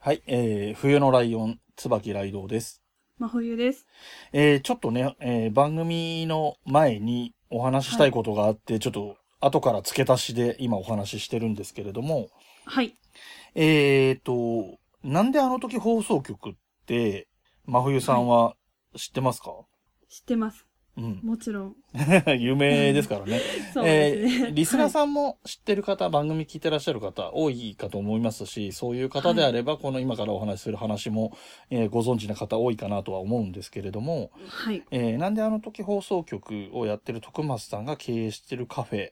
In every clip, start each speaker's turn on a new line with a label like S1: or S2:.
S1: はい、えー、冬のライオン、椿雷道です。
S2: 真冬です。
S1: えー、ちょっとね、えー、番組の前にお話ししたいことがあって、ちょっと後から付け足しで今お話ししてるんですけれども、
S2: はい。
S1: えーと、なんであの時放送局って、真冬さんは知ってますか、
S2: 知ってます。
S1: うん。
S2: もちろん。
S1: 有名ですからね。
S2: そうですね。
S1: えーリスナーさんも知ってる方、番組聞いてらっしゃる方多いかと思いますし、そういう方であれば、この今からお話しする話も、えーご存知の方多いかなとは思うんですけれども、
S2: はい。
S1: えーなんであの時放送局をやってる徳松さんが経営してるカフェ、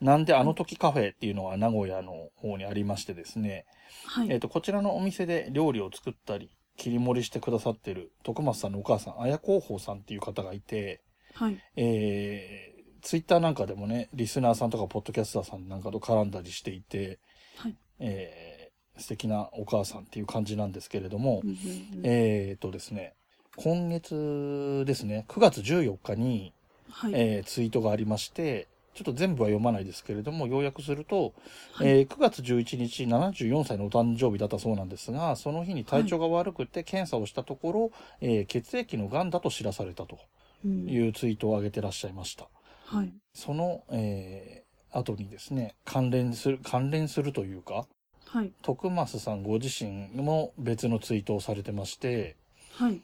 S1: なんであの時カフェっていうのは名古屋の方にありましてですね、
S2: はい。
S1: えっ、と、こちらのお店で料理を作ったり、切り盛りしてくださってる徳松さんのお母さん、綾広報さんっていう方がいて、
S2: はい。
S1: えー、ツイッターなんかでもね、リスナーさんとかポッドキャスターさんなんかと絡んだりしていて、
S2: はい
S1: えー素敵なお母さんっていう感じなんですけれども、
S2: うんうんうん
S1: えー、とですね、今月ですね、9月14日に、
S2: はい。
S1: えーツイートがありまして、ちょっと全部は読まないですけれども、要約すると、
S2: はい
S1: えー9月11日74歳のお誕生日だったそうなんですが、その日に体調が悪くて検査をしたところ、えー血液の癌だと知らされたと
S2: うん
S1: いうツイートを上げてらっしゃいました。
S2: はい。
S1: その、えー後にですね、関連する、関連するというか、
S2: はい。
S1: 徳増さんご自身も別のツイートをされてまして、
S2: はい。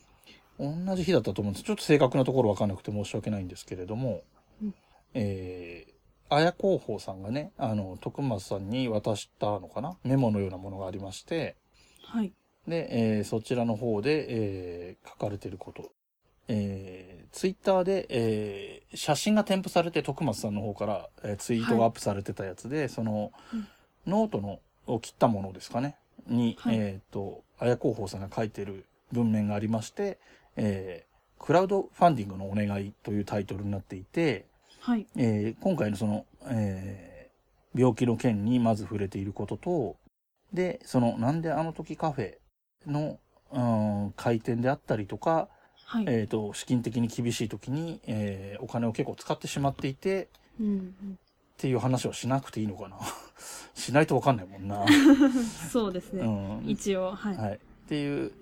S1: 同じ日だったと思うんです。ちょっと正確なところわかんなくて申し訳ないんですけれども、
S2: うん
S1: えー、綾広報さんがね、あの、徳松さんに渡したのかなメモのようなものがありまして、
S2: はい。
S1: で、えーそちらの方で、えー書かれていること。えー、ツイッターで、えー写真が添付されて徳松さんの方から、えーツイートがアップされてたやつで、その、
S2: うん
S1: ノートのを切ったものですかね、に、
S2: はい
S1: えっ、と、綾広報さんが書いてる文面がありまして、えークラウドファンディングのお願いというタイトルになっていて、
S2: はい。
S1: えー今回のその、えー病気の件にまず触れていることと、で、その、なんであの時カフェの、うん、開店であったりとか、
S2: はい。
S1: えっ、と、資金的に厳しい時に、えーお金を結構使ってしまっていて、
S2: うんうん
S1: っていう話をしなくていいのかな しないとわかんないもんな。
S2: そうです
S1: う
S2: ね。
S1: ん。
S2: 一応、はい。
S1: はい。っていう、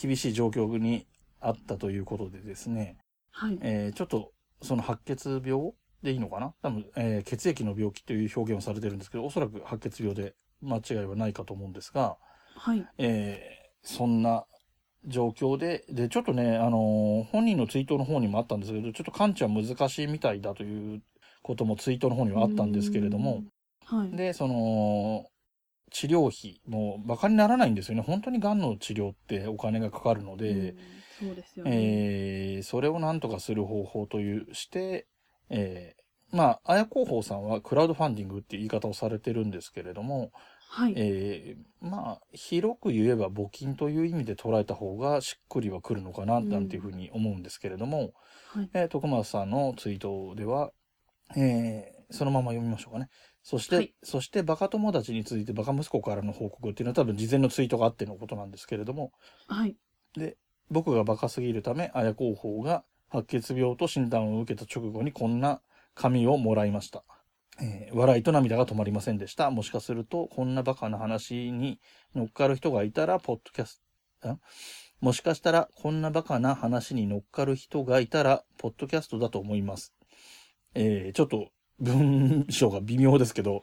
S1: 厳しい状況にあったということでですね、
S2: はい。
S1: えーちょっと、その白血病でいいのかな多分、えー血液の病気という表現をされてるんですけど、おそらく白血病で間違いはないかと思うんですが、
S2: はい。
S1: えーそんな状況で、で、ちょっとね、あのー本人のツイートの方にもあったんですけど、ちょっと完治は難しいみたいだということもツイートの方にはあったんですけれども、
S2: うん。はい。
S1: で、その、治療費、もう馬鹿にならないんですよね。本当に癌の治療ってお金がかかるので、
S2: うん、そうですよね。
S1: えーそれをなんとかする方法というして、えーまあ、綾広報さんはクラウドファンディングっていう言い方をされてるんですけれども、
S2: はい。
S1: えーまあ、広く言えば募金という意味で捉えた方がしっくりはくるのかな、
S2: うん
S1: なんていうふうに思うんですけれども、
S2: はい。
S1: えー徳松さんのツイートでは、えーそのまま読みましょうかね。そして、
S2: はい
S1: そしてバカ友達についてバカ息子からの報告っていうのは多分事前のツイートがあってのことなんですけれども、
S2: はい。
S1: 僕がバカすぎるため、綾候補が白血病と診断を受けた直後にこんな紙をもらいました。えー笑いと涙が止まりませんでした。もしかすると、こんなバカな話に乗っかる人がいたら、ポッドキャスト、んもしかしたら、こんなバカな話に乗っかる人がいたら、ポッドキャストだと思います。えーちょっと、文章が微妙ですけど、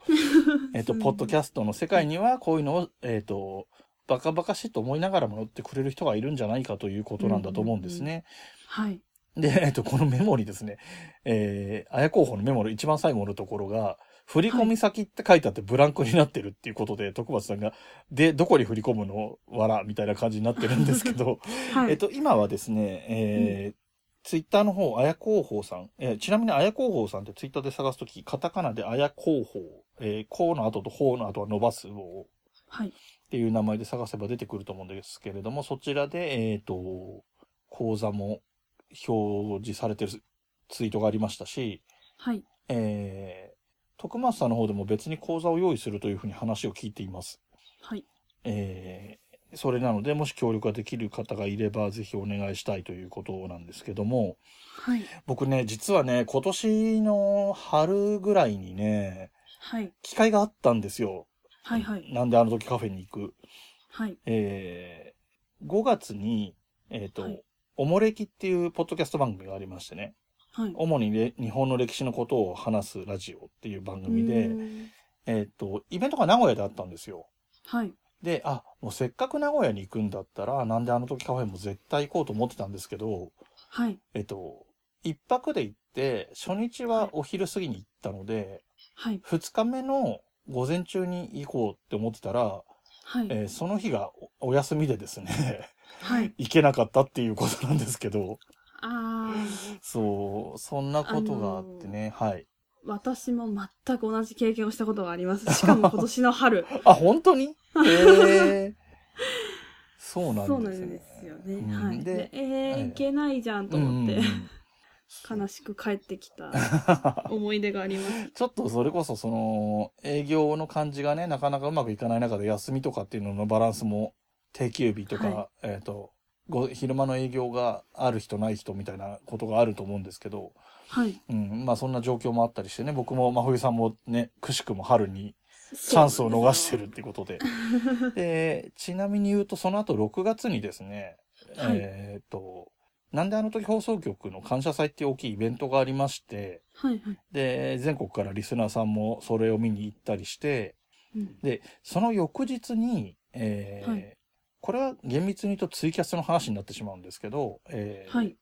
S1: えっと、ポッドキ
S2: ャ
S1: ャストの世界にはこういうのを、えっと、バカバカしいと思いながらも乗ってくれる人がいるんじゃないかということなんだと思うんですね。
S2: はい。
S1: で、えっと、このメモにですね、えー、綾候補のメモの一番最後のところが、振り込み先って書いてあってブランクになってるっていうことで、徳松さんが、で、どこに振り込むのわら、みたいな感じになってるんですけど、
S2: はい。
S1: えっと、今はですね、えーツイッターの方、綾広報さん、えーちなみに綾広報さんってツイッターで探すとき、カタカナで綾広報、えー、こうの後とほうの後は伸ばすを
S2: はい。
S1: っていう名前で探せば出てくると思うんですけれども、そちらで、えっ、と、講座も表示されてるツイートがありましたし、
S2: はい。
S1: えー、徳松さんの方でも別に講座を用意するというふうに話を聞いています。
S2: はい。
S1: えーそれなので、もし協力ができる方がいれば、ぜひお願いしたいということなんですけども、
S2: はい。
S1: 僕ね、実はね、今年の春ぐらいにね、
S2: はい。
S1: 機会があったんですよ。
S2: はい。はい。
S1: なんであの時カフェに行く。
S2: はい。
S1: えー5月に、えっ、と、
S2: はい
S1: おもれきっていうポッドキャスト番組がありましてね、
S2: はい。
S1: 主にれ日本の歴史のことを話すラジオっていう番組
S2: う
S1: で、
S2: ん
S1: えっ、と、イベントが名古屋であったんですよ。
S2: はい。
S1: で、あ、もうせっかく名古屋に行くんだったら、なんであの時カフェも絶対行こうと思ってたんですけど、
S2: はい。
S1: えっ、と、一泊で行って、初日はお昼過ぎに行ったので、
S2: はい。
S1: 二日目の午前中に行こうって思ってたら、
S2: はい。
S1: えーその日がおお休みでですね、
S2: はい。
S1: 行けなかったっていうことなんですけど、
S2: ああ、
S1: そう、そんなことがあってね、はい。
S2: 私も全く同じ経験をしたことがあります。しかも今年の春。
S1: あ、本当にえー、 そうなんですね。
S2: そうなんですよね。
S1: うん
S2: はい。
S1: で
S2: で、えー
S1: はい
S2: いけないじゃんと
S1: うんうん
S2: 思って
S1: うん、
S2: 悲しく帰ってきた思い出があります。
S1: ちょっとそれこそその営業の感じがねなかなかうまくいかない中で休みとかっていうののバランスも定休日とか、
S2: は
S1: えっ、とご昼間の営業がある人ない人みたいなことがあると思うんですけど、
S2: はい。
S1: うん、まあそんな状況もあったりしてね僕も真冬さんもねくしくも春にチ
S2: チ
S1: ャンスを逃してるっ。てことででちなみに言うとその後6月にですね、
S2: はい
S1: えっ、となんであの時放送局の感謝祭っていう大きいイベントがありまして、
S2: はいはい。
S1: で、全国からリスナーさんもそれを見に行ったりして、
S2: うん
S1: で、その翌日に、えー
S2: はい
S1: これは厳密に言うとツイキャスの話になってしまうんですけど、えー
S2: はい。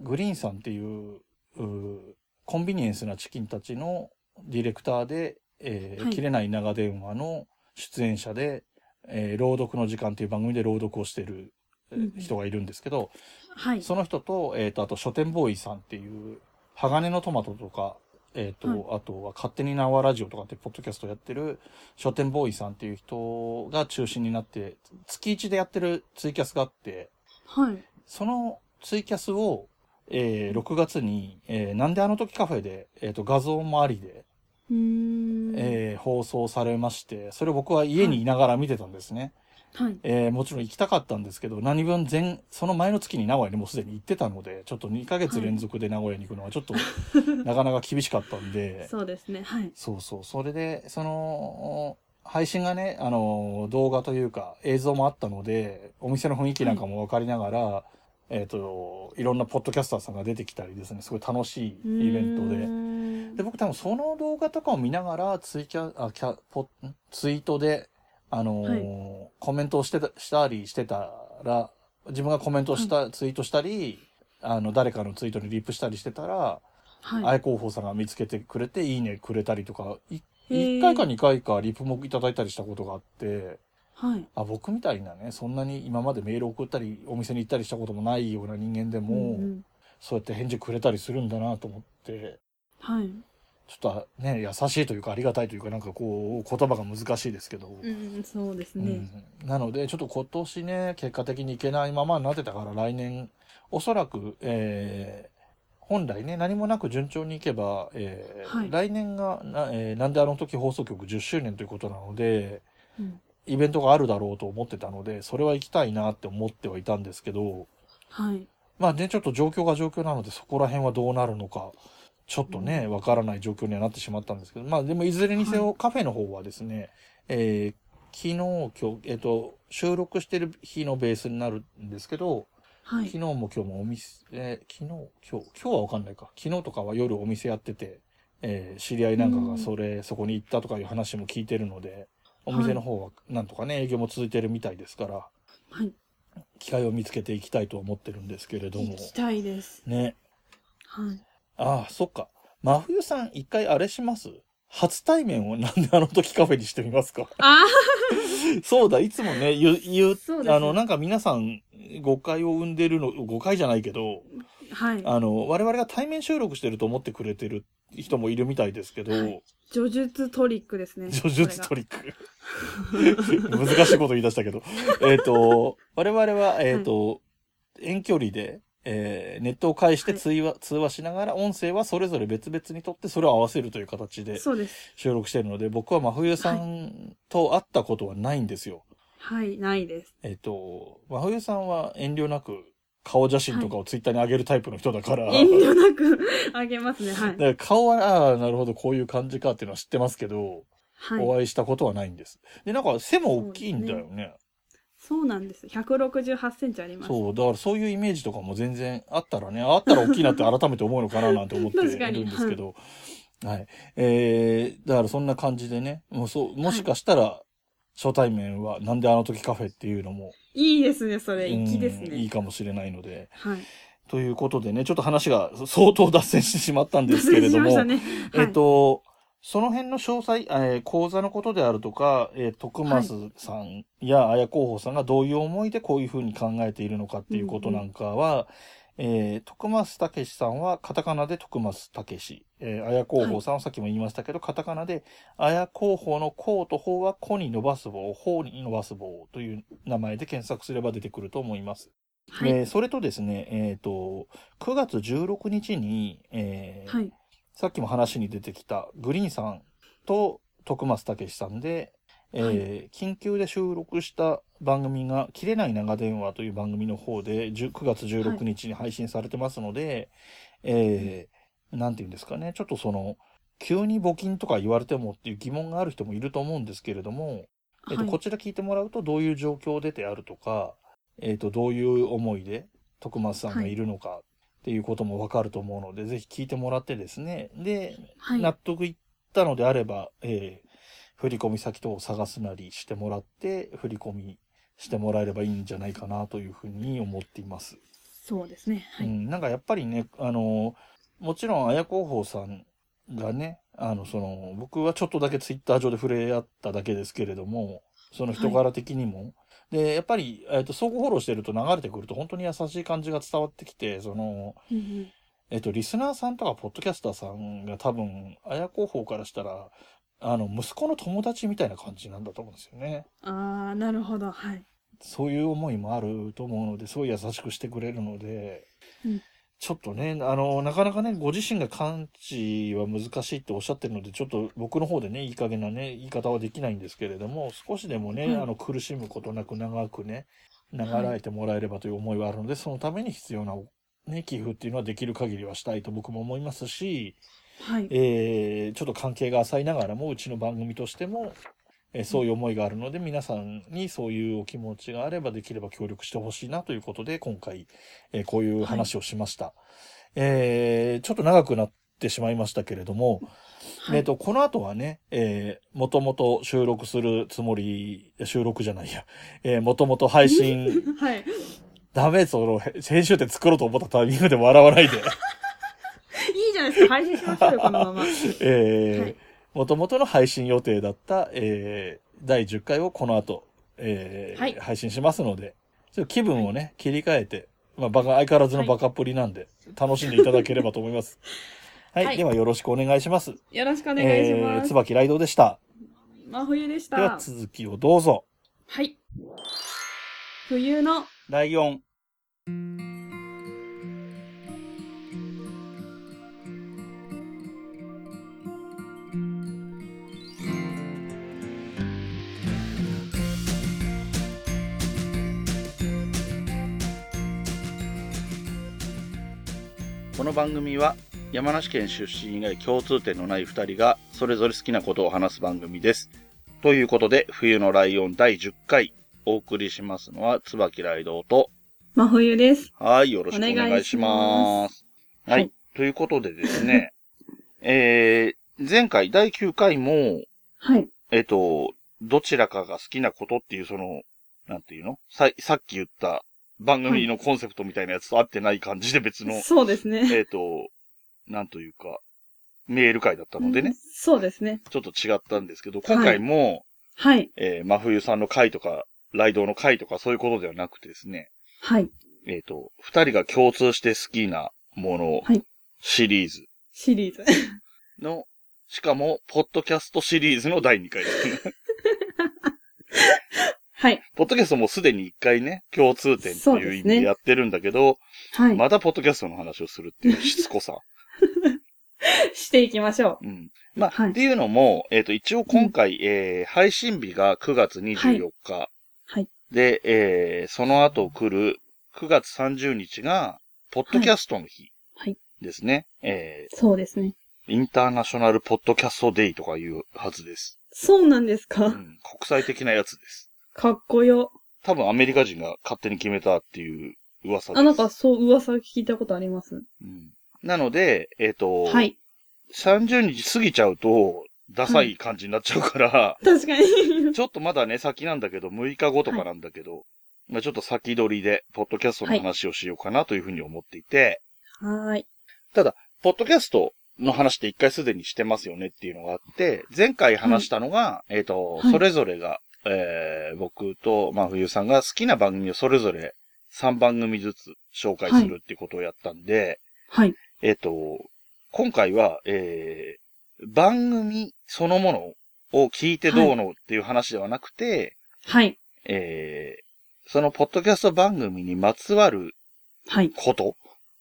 S1: グリーンさんっていううーコンビニエンスなチキンたちのディレクターで、えー
S2: はい
S1: 切れない長電話の出演者で、えー朗読の時間っていう番組で朗読をしてるえー
S2: うんうん
S1: 人がいるんですけど、
S2: はい。
S1: その人と、えっ、と、あと書店ボーイさんっていう、鋼のトマトとか、えっ、と、
S2: はい
S1: あとは勝手に縄ラジオとかってポッドキャストやってる書店ボーイさんっていう人が中心になって、月1でやってるツイキャスがあって、
S2: はい。
S1: そのツイキャスを、えー6月に、えーなんであの時カフェで、えっ、と、画像もありで、
S2: うーん。
S1: えー放送されまして、それを僕は家にいながら見てたんですね。
S2: はい。
S1: えーもちろん行きたかったんですけど、何分前、その前の月に名古屋にもうすでに行ってたので、ちょっと2ヶ月連続で名古屋に行くのはちょっ と、なかなか厳しかったんで、
S2: そうですね。はい。
S1: そうそう、それで、その、配信がね、あの、動画というか映像もあったので、お店の雰囲気なんかもわかりながら、えっ、と、いろんなポッドキャスターさんが出てきたりですね、すごい楽しいイベントで。で、
S2: で。
S1: 僕多分その動画とかを見ながら、ツイキャ、あ、キャ、ポ、んツイートで、あのーコメントをしてた、したりしてたら、自分がコメントをした、ツイートしたり、あの、誰かのツイートにリップしたりしてたら、
S2: はい。
S1: 愛候補さんが見つけてくれて、いいねくれたりとか、い
S2: へー
S1: 1回か2回かリップもいただいたりしたことがあって、
S2: はい。
S1: あ、僕みたいなね、そんなに今までメール送ったり、お店に行ったりしたこともないような人間でも、
S2: うんうん
S1: そうやって返事くれたりするんだなと思って、
S2: はい。
S1: ちょっとね、優しいというかありがたいというか、なんかこう、言葉が難しいですけど。
S2: うん、そうです
S1: う
S2: ね。
S1: んなので、ちょっと今年ね、結果的に行けないままになってたから、来年、おそらく、えー本来ね、何もなく順調に行けば、えー
S2: はい
S1: 来年がな、えーなんであの時放送局10周年ということなので、
S2: うん
S1: イベントがあるだろうと思ってたので、それは行きたいなって思ってはいたんですけど、
S2: はい。
S1: まあね、ちょっと状況が状況なので、そこら辺はどうなるのか、ちょっとね、わからない状況にはなってしまったんですけど、まあでもいずれにせよ、カフェの方はですね、えー昨日、今日、えっ、と、収録してる日のベースになるんですけど、
S2: は
S1: 昨日
S2: い。
S1: も今日もお店、えー昨日、今日、今日はわかんないか。昨日とかは夜お店やってて、えー知り合いなんかがそれ、そこに行ったとかいう話も聞いてるので、お店の方はなんとかね、営業も続いてるみたいですから、
S2: はい。
S1: 機会を見つけていきたいと思ってるんですけれど
S2: 行
S1: も。
S2: きたいです。
S1: ね。
S2: はい。
S1: ああ、そっか。真冬さん、一回あれします初対面をなんであの時カフェにしてみますか
S2: あ
S1: そうだ、いつもね、言う、言う、
S2: そうですね
S1: あの、なんか皆さん誤解を生んでるの、誤解じゃないけど、
S2: あはい。
S1: あの、我々が対面収録してると思ってくれてる人もいるみたいですけど、
S2: はい叙述トリックですね。
S1: 叙述ト
S2: リッ
S1: リック。 難しいこと言い出したけど。えっと、我々は、えっ、と、遠距離で、えーネットを介して通話、通話しながら、音声はそれぞれ別々にとって、それを合わせるという形で
S2: そうです。
S1: 収録してるので、僕は真冬さんと会ったことはないんですよ。
S2: はい。ないです。
S1: えっ、と、真冬さんは遠慮なく顔写真とかをツイッターに上げるタイプの人だから、
S2: 遠慮なく あげますね。は
S1: だ。
S2: い
S1: から顔は、ああ、なるほど、こういう感じかっていうのは知ってますけど、
S2: は
S1: お
S2: い。
S1: 会いしたことはないんです。で、なんか背も大きいんだよね。
S2: そうなんです。168センチあります。
S1: そうだからそういうイメージとかも全然あったらねあったら大きいなって改めて思うのかななんて思っている
S2: 確かに
S1: んですけど、はいえー、だからそんな感じでねもうそうもしかしたら初対面は「なんであの時カフェ」っていうのも、
S2: いいですね、それ。
S1: うん
S2: 粋ですね。
S1: いいかもしれないので。
S2: はい。
S1: ということでねちょっと話が相当脱線してしまったんですけれども。
S2: しましたね。
S1: え
S2: は
S1: っ、
S2: い。
S1: と、その辺の詳細、えー講座のことであるとか、えー徳増さんや綾候補さんがどういう思いでこういうふうに考えているのかっていうことなんかは、えー徳増武さんはカタカナで徳増武史、えー、綾候補さんはさっきも言いましたけど、カタカナで綾候補の候と法は子に伸ばす棒、法に伸ばす棒という名前で検索すれば出てくると思います。
S2: はい。
S1: えーそれとですね、えっ、と、9月16日に、えー
S2: はい。
S1: さっきも話に出てきたグリーンさんと徳松武さんで、えー
S2: は
S1: 緊急で収録した番組が「切れない長電話」という番組の方で10 9月16日に配信されてますので、えーなんていうんですかねちょっとその急に募金とか言われてもっていう疑問がある人もいると思うんですけれども、えっと
S2: はい
S1: こちら聞いてもらうとどういう状況でであるとか、えっとどういう思いで徳松さんがいるのかっていうこともわかると思うので、ぜひ聞いてもらってですねで、
S2: はい。
S1: 納得いったのであれば、えー振込先等を探すなりしてもらって振り込みしてもらえればいいんじゃないかなというふうに思っています。
S2: そうですね。は
S1: う
S2: い。
S1: ん、なんかやっぱりねあのもちろん綾候補さんがねあのその僕はちょっとだけツイッター上で触れ合っただけですけれどもその人柄的にも、でやっぱり、えっと相互フォローしてると流れてくると本当に優しい感じが伝わってきてその、
S2: うんうん
S1: えっとリスナーさんとかポッドキャスターさんが多分綾候補からしたらあの息子の友達みたいな感じなんだと思うんですよね。
S2: ああ、なるほど。はい。
S1: そういう思いもあると思うので、すごい優しくしてくれるので、
S2: うん
S1: ちょっとね、あの、なかなかね、ご自身が感知は難しいっておっしゃってるので、ちょっと僕の方でね、いい加減なね、言い方はできないんですけれども、少しでもね、
S2: うん
S1: あの、苦しむことなく長くね、長らえてもらえればという思いはあるので、そのために必要な、ね、寄付っていうのはできる限りはしたいと僕も思いますし、
S2: はい。
S1: えーちょっと関係が浅いながらもうちの番組としても、えーそういう思いがあるので皆さんにそういうお気持ちがあればできれば協力してほしいなということで今回、えーこういう話をしました、えーちょっと長くなってしまいましたけれども、
S2: は
S1: えっ
S2: い。
S1: と、この後はね、えー、もともと収録するつもり、収録じゃないや、えー、もともと配 信、
S2: はい。
S1: ダメ、その、へ編集点作ろうと思ったタイミングで笑わないで。
S2: いいじゃないですか。配信しましょうよ、このまま。は
S1: え
S2: い
S1: ー、もともとの配信予定だった、えー、第10回をこの後、えー
S2: はい
S1: 配信しますので、ちょっと気分をね、切り替えて、まあ、バカ、相変わらずのバカっぷりなんで、楽しんでいただければと思います。はい、
S2: はい
S1: ではよろしくお願いします。
S2: よろしくお
S1: お
S2: 願いしま
S1: えー、
S2: す。
S1: 椿ライドでした。
S2: 真冬でし
S1: では
S2: た。
S1: 続きをどうぞ。
S2: はい。冬の
S1: ライオン。この番組は山梨県出身以外共通点のない2人がそれぞれ好きなことを話す番組です。ということで冬のライオン第10回お送りしますのは椿ライドウと
S2: 真冬です。
S1: はいよろしくお願いします。は、
S2: はいい
S1: ということでです ねえー、前回第9回も
S2: はい。
S1: えっとどちらかが好きなことっていうそのなんていうのささっき言った番組のコンセプトみたいなやつと合ってない感じで別の
S2: そうですね。
S1: えっ、と、なんというか、メール会だったのでね、
S2: そうですね。
S1: ちょっと違ったんですけど、今回も、
S2: はい。
S1: えー真冬さんの会とか、ライドウの会とかそういうことではなくてですね、
S2: はい。
S1: えっ、と、二人が共通して好きなもの
S2: はい
S1: シリーズ
S2: シリーズ。
S1: の、しかも、ポッドキャストシリーズの第2回 ですね。
S2: はい。
S1: ポッドキャストもすでに1回ね、共通点って
S2: そう
S1: いう
S2: で
S1: 意
S2: すね
S1: 味でやってるんだけど、
S2: はい。
S1: またポッドキャストの話をするっていうしつこさ。
S2: していきましょ
S1: うん。まあ、
S2: はい
S1: っていうのも、えっ、と、一応今回、えー配信日が9月24日。
S2: はい
S1: で、えーその後来る9月30日が、ポッドキャストの日。
S2: はいはい
S1: ですね。え
S2: う。そうですね。
S1: ーインターナショナルポッドキャストデイとかいうはずです。
S2: そうなんです
S1: う
S2: か。
S1: ん、国際的なやつです。
S2: かっこよ。
S1: 多分アメリカ人が勝手に決めたっていう噂です。
S2: あ、なんかそう噂聞いたことあります。
S1: うんなので、えっ、と、
S2: はい。
S1: 30日過ぎちゃうと、ダサい感じになっちゃうから、
S2: 確かに。
S1: ちょっとまだね、先なんだけど、6日後とかなんだけど、まあちょっと先取りで、ポッドキャストの話をしようかなというふうに思っていて、
S2: はーい。
S1: ポッドキャストの話って一回すでにしてますよねっていうのがあって、前回話したのが、えっ、と、
S2: はい
S1: それぞれが、えー、僕と真冬さんが好きな番組をそれぞれ3番組ずつ紹介するっていうことをやったんで、
S2: はい。
S1: えっと、今回は、えー、番組そのものを聞いてどうのっていう話ではなくて、
S2: はい。
S1: えー、そのポッドキャスト番組にまつわる
S2: はい。
S1: こと、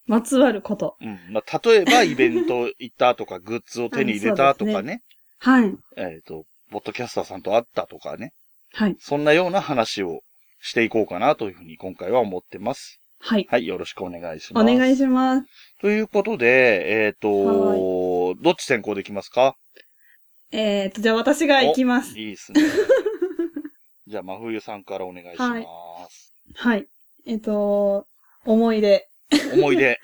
S2: まつわること。
S1: うんまあ、例えばイベント行ったとか、グッズを手に入れたとかね、
S2: はい。
S1: えっ、と、ポッドキャスターさんと会ったとかね、
S2: はい。
S1: そんなような話をしていこうかなというふうに今回は思ってます。
S2: はい。
S1: はい、よろしくお願いし
S2: お
S1: ます。
S2: 願いします。
S1: ということで、えっ、と、どっち先行できますか
S2: えーと、じゃあ私が行きます。
S1: いいですね。じゃあ、真冬さんからお願いします。
S2: はい。えっ、と、思い出。
S1: 思い出。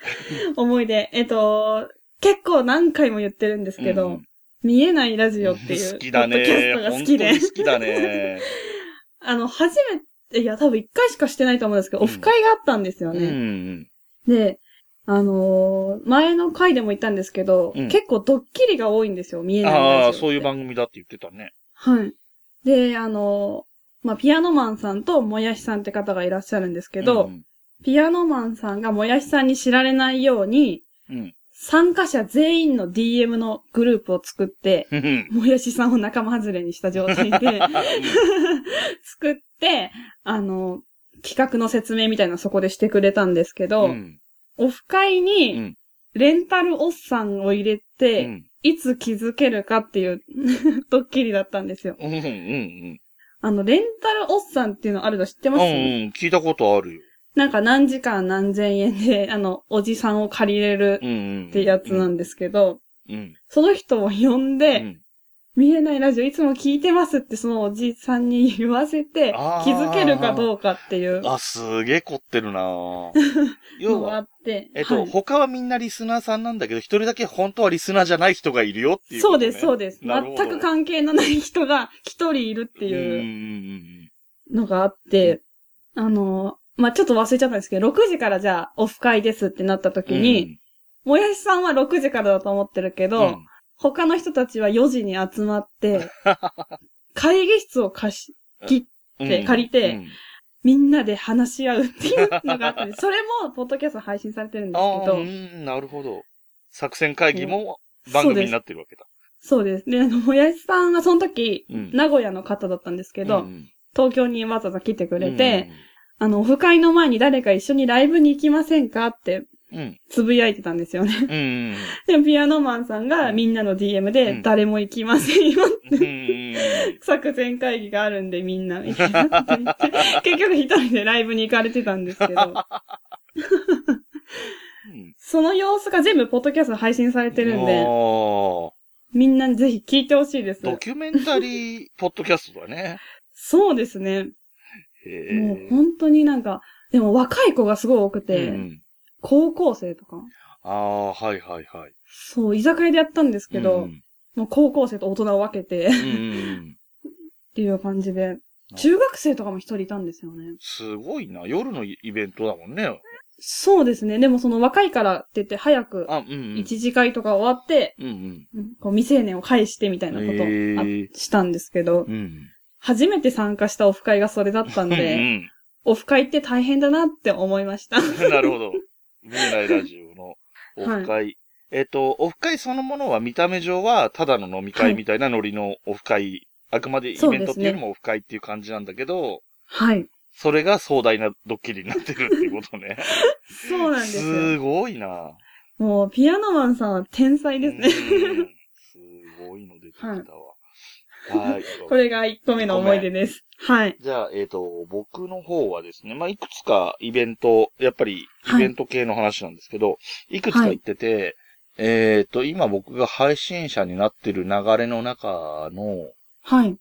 S2: 思い出。えっ、と、結構何回も言ってるんですけど、
S1: うん
S2: 見えないラジオっていう、
S1: 好きだ
S2: ポッドキャ
S1: ね
S2: ス。トが好
S1: 本当
S2: きで
S1: に。好きだね。
S2: あの、初めて、いや、多分一回しかしてないと思うんですけど、
S1: うん
S2: オフ会があったんです
S1: う
S2: よね。
S1: ん。
S2: で、あのー前の回でも言ったんですけど、
S1: うん
S2: 結構ドッキリが多いんですよ、見えないラジオって。
S1: ああ、そういう番組だって言ってたね。
S2: はい。で、あのーまあ、ピアノマンさんともやしさんって方がいらっしゃるんですけど、
S1: うん
S2: ピアノマンさんがもやしさんに知られないように、
S1: うん。
S2: 参加者全員の DM のグループを作って、
S1: うん
S2: もやしさんを仲間外れにした状態で、作って、あの、企画の説明みたいなのそこでしてくれたんですけど、
S1: うん
S2: オフ会
S1: う
S2: に
S1: ん、
S2: レンタルおっさんを入れ
S1: う
S2: て、
S1: ん。
S2: いつ気づけるかっていう ドッキリだったんですよ。
S1: うん。うん。うん。
S2: あの、レンタルおっさんっていうのあるの知って
S1: うん
S2: ます、
S1: うん。聞いたことあるよ。
S2: なんか何時間何千円で、あの、おじさんを借りれる
S1: うんうん。
S2: ってやつな
S1: うん
S2: んですけど、
S1: うん。
S2: その人を呼ん
S1: う
S2: で、
S1: ん。
S2: 見えないラジオいつも聞いてますってそのおじさんに言わせて
S1: あー
S2: 気づけるかどうかっていう
S1: あ、すげえ凝って るなぁ
S2: の
S1: 要
S2: があ
S1: は、
S2: って。
S1: えっと、
S2: はい
S1: 他はみんなリスナーさんなんだけど、一人だけ本当はリスナーじゃない人がいるよっていうこ
S2: そう
S1: とね、
S2: です、そうです。
S1: なるほど
S2: 全く関係のない人が一人いるって
S1: う
S2: いうんのがあって、あの、まあ、ちょっと忘れちゃったんですけど、6時からじゃあオフ会ですってなった時
S1: うんうんうん
S2: に、、もやしさんは6時からだと思ってるけ
S1: う
S2: ど、
S1: んうん
S2: 他の人たちは4時に集ま って、会議室を貸し、て借りて
S1: うん
S2: みんなで話し合うっていうのが あって、それも、ポッドキャスト配信されてるんで
S1: あ
S2: すけ
S1: あ、
S2: ど
S1: う、ん、なるほど。作戦会議も番組になってるわけだ。
S2: そうです。で、あの、もやしさんはその時、
S1: うん
S2: 名古屋の方だったんですけ
S1: う
S2: ど、
S1: ん
S2: 東京にわざわざ来てくれて、、あの、オフ会の前に誰か一緒にライブに行きませんかって、
S1: うん、うん
S2: つぶやいてたんですよね。
S1: うんうん
S2: で、ピアノマンさんがみんなの DM で、
S1: うん
S2: 誰も行きませんよ。
S1: うんうん
S2: 作戦会議があるんでみんな、みたいなこと言って結局一人でライブに行かれてたんですけど、
S1: うん
S2: その様子が全部ポッドキャスト配信されてるん
S1: あ
S2: で、
S1: ー
S2: みんなにぜひ聞いてほしいです。
S1: ドキュメンタリーポッドキャストだね。
S2: そうですね。
S1: へー
S2: もう本当になんか、でも若い子がすごい多くて、
S1: うん
S2: 高校生とか。
S1: ああ、はいはいはい。
S2: そう、居酒屋でやったんですけど、
S1: うん
S2: もう高校生と大人を分けてっ
S1: うんうん
S2: ていう感じで、中学生とかも一人いたんですよね。
S1: すごいな。夜のイベントだもんね。
S2: そうですね。でもその若いからって言って早く
S1: あ、うんうん。
S2: 一次会とか終わって、
S1: うんうん。
S2: こう未成年を返してみたいなことをあ
S1: へー
S2: したんですけど、
S1: うん
S2: 初めて参加したオフ会がそれだったん
S1: うんう
S2: で、
S1: ん。
S2: オフ会って大変だなって思い ました。
S1: なるほど。見えないラジオのオフ会。えっ、と、オフ会そのものは見た目上はただの飲み会みたいなノリのオフ会、あくまでイベントっていうよりもオフ会っていう感じなんだけど、
S2: はい。
S1: それが壮大なドッキリになってるっていうことね。
S2: そうなんですよ。
S1: すごいな。
S2: もう、ピアノマンさんは天才ですね。
S1: うんすごいの出てきたわ。はい。
S2: これが1個目の思い出です。はい。
S1: じゃあ、えっ、と、僕の方はですね、まあ、いくつかイベント、やっぱりイ
S2: はい
S1: ベント系の話なんですけど、い、くつか行ってて、えっ、と、今僕が配信者になってる流れの中の、
S2: はい。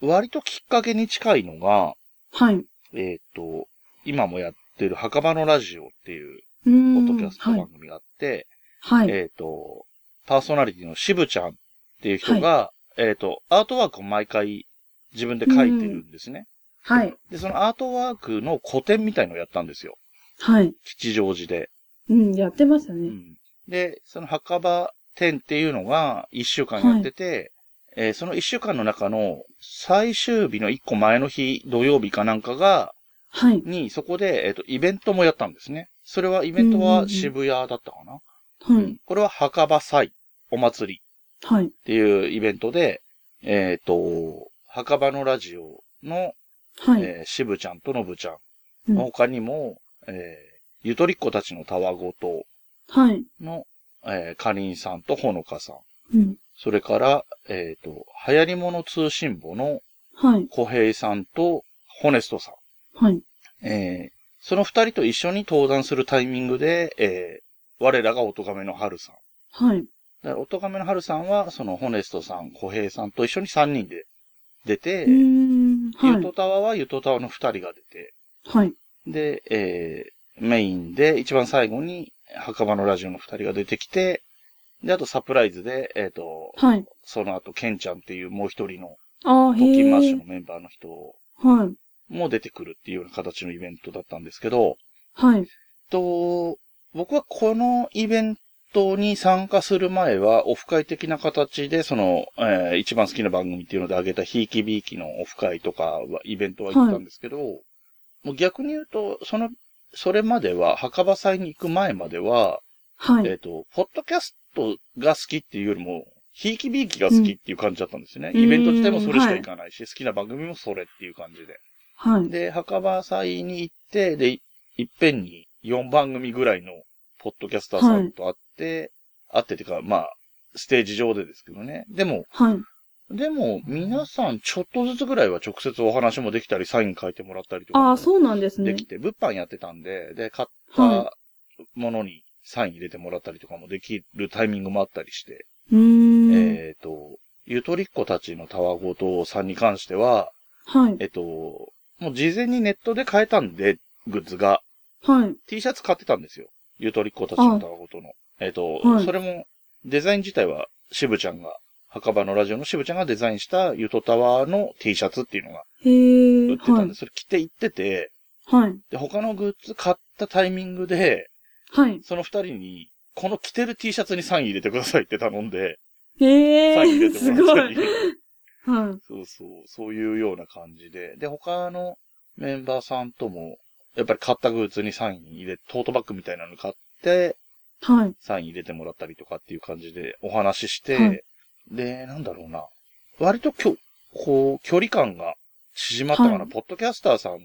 S1: 割ときっかけに近いのが、
S2: はい。
S1: えっ、と、今もやってる墓場のラジオっていう、
S2: う
S1: ポ
S2: ん。
S1: ッドキャスト
S2: は
S1: 番
S2: い。
S1: 組があって、
S2: はい。
S1: えっ、と、パーソナリティのしぶちゃんっていう人が、えっ、と、アートワークを毎回自分で書いてるんですね。
S2: はい。
S1: で、そのアートワークの個展みたいのをやったんですよ。
S2: はい。
S1: 吉祥寺で。
S2: うん、やってました
S1: う
S2: ね。
S1: ん、で、その墓場展っていうのが一週間やってて、えーその一週間の中の最終日の一個前の日、土曜日かなんかが、
S2: はい。
S1: に、そこで、えっ、と、イベントもやったんですね。それは、イベント
S2: うんうんう
S1: は
S2: ん
S1: 渋谷だったかな、
S2: は
S1: うん
S2: い。
S1: これは墓場祭、お祭り
S2: はい。
S1: っていうイベントで、えっ、と、墓場のラジオの、
S2: はい。
S1: えー渋ちゃんとのぶちゃん、
S2: うん
S1: 他にも、えーゆとりっ子たちのたわごと
S2: はい。
S1: の、えーかりんさんとほのかさん、
S2: うん。
S1: それから、えっ、と、流行り物通信簿の
S2: はい。
S1: 小平さんとホネストさん、
S2: はい。
S1: えーその二人と一緒に登壇するタイミングで、えー我らがおとがめの春さん。
S2: はい。
S1: だからおとがめの春さんは、その、ホネストさん、小平さんと一緒に三人で出て、
S2: うーん。は
S1: ゆと
S2: い。
S1: たわはゆとたわの二人が出て、
S2: はい。
S1: で、えーメインで一番最後に、墓場のラジオの二人が出てきて、で、あとサプライズで、えっ、と、
S2: はい。
S1: その後、ケンちゃんっていうもう一人の、
S2: あ
S1: ポ
S2: あ、
S1: ッキンマッ
S2: へ
S1: シュ
S2: え
S1: の。メンバーの人
S2: はい。
S1: も出てくるっていうような形のイベントだったんですけど、
S2: はい。
S1: えっと、僕はこのイベントに参加する前は、オフ会的な形で、その、えー一番好きな番組っていうので挙げたひいきびいきのオフ会とかは、イベントは行ったんですけど、もう逆に言うと、その、それまでは、墓場祭に行く前までは、
S2: は
S1: えっ、
S2: い。
S1: と、ポッドキャストが好きっていうよりも、ひいきびいきが好きっていう感じだったんですね。
S2: うん
S1: イベント自体もそれしか
S2: うん
S1: 行かないし、好きな番組もそれっていう感じで。
S2: はい。
S1: で、墓場祭に行って、で、いいっぺんに4番組ぐらいのポッドキャスターさんと会って、会っててか、まあ、ステージ上でですけどね。でも、
S2: はい。
S1: でも、皆さんちょっとずつぐらいは直接お話もできたり、サイン書いてもらったりと
S2: あ
S1: か
S2: あ、、そうなんです
S1: で
S2: ね。
S1: きて、物販やってたんで、で、買っ
S2: は
S1: たものにサイン入れてもらったりとかもできるタイミングもあったりして、
S2: うーん。
S1: えっ、と、ゆとりっ子たちのたわごとさんに関しては、
S2: はい。
S1: えっと、もう事前にネットで買えたんで、グッズが。
S2: はい。
S1: T シャツ買ってたんですよ。ゆとりっ子たちのたわごとの。えっと、
S2: はい
S1: それも、デザイン自体は、しぶちゃんが、墓場のラジオのしぶちゃんがデザインしたゆとたわの T シャツっていうのが
S2: へ
S1: 売
S2: え。
S1: ってた
S2: は
S1: んで、
S2: い。
S1: それ着て行ってて、
S2: はい。
S1: で、他のグッズ買ったタイミングで、
S2: はい。
S1: その二人に、この着てる T シャツにサイン入れてくださいって頼んで、
S2: へ
S1: サイン入
S2: え
S1: れ。て
S2: す
S1: も
S2: ご
S1: らったり
S2: い。。はい。
S1: そうそう、そういうような感じで。で、他のメンバーさんとも、やっぱり買ったグッズにサイン入れ、トートバッグみたいなの買って、
S2: はい。
S1: サイン入れてもらったりとかっていう感じでお話しして、
S2: はい
S1: で、なんだろうな。割ときょ、こう、距離感が縮まったかな。
S2: はい
S1: ポッドキャスターさんっ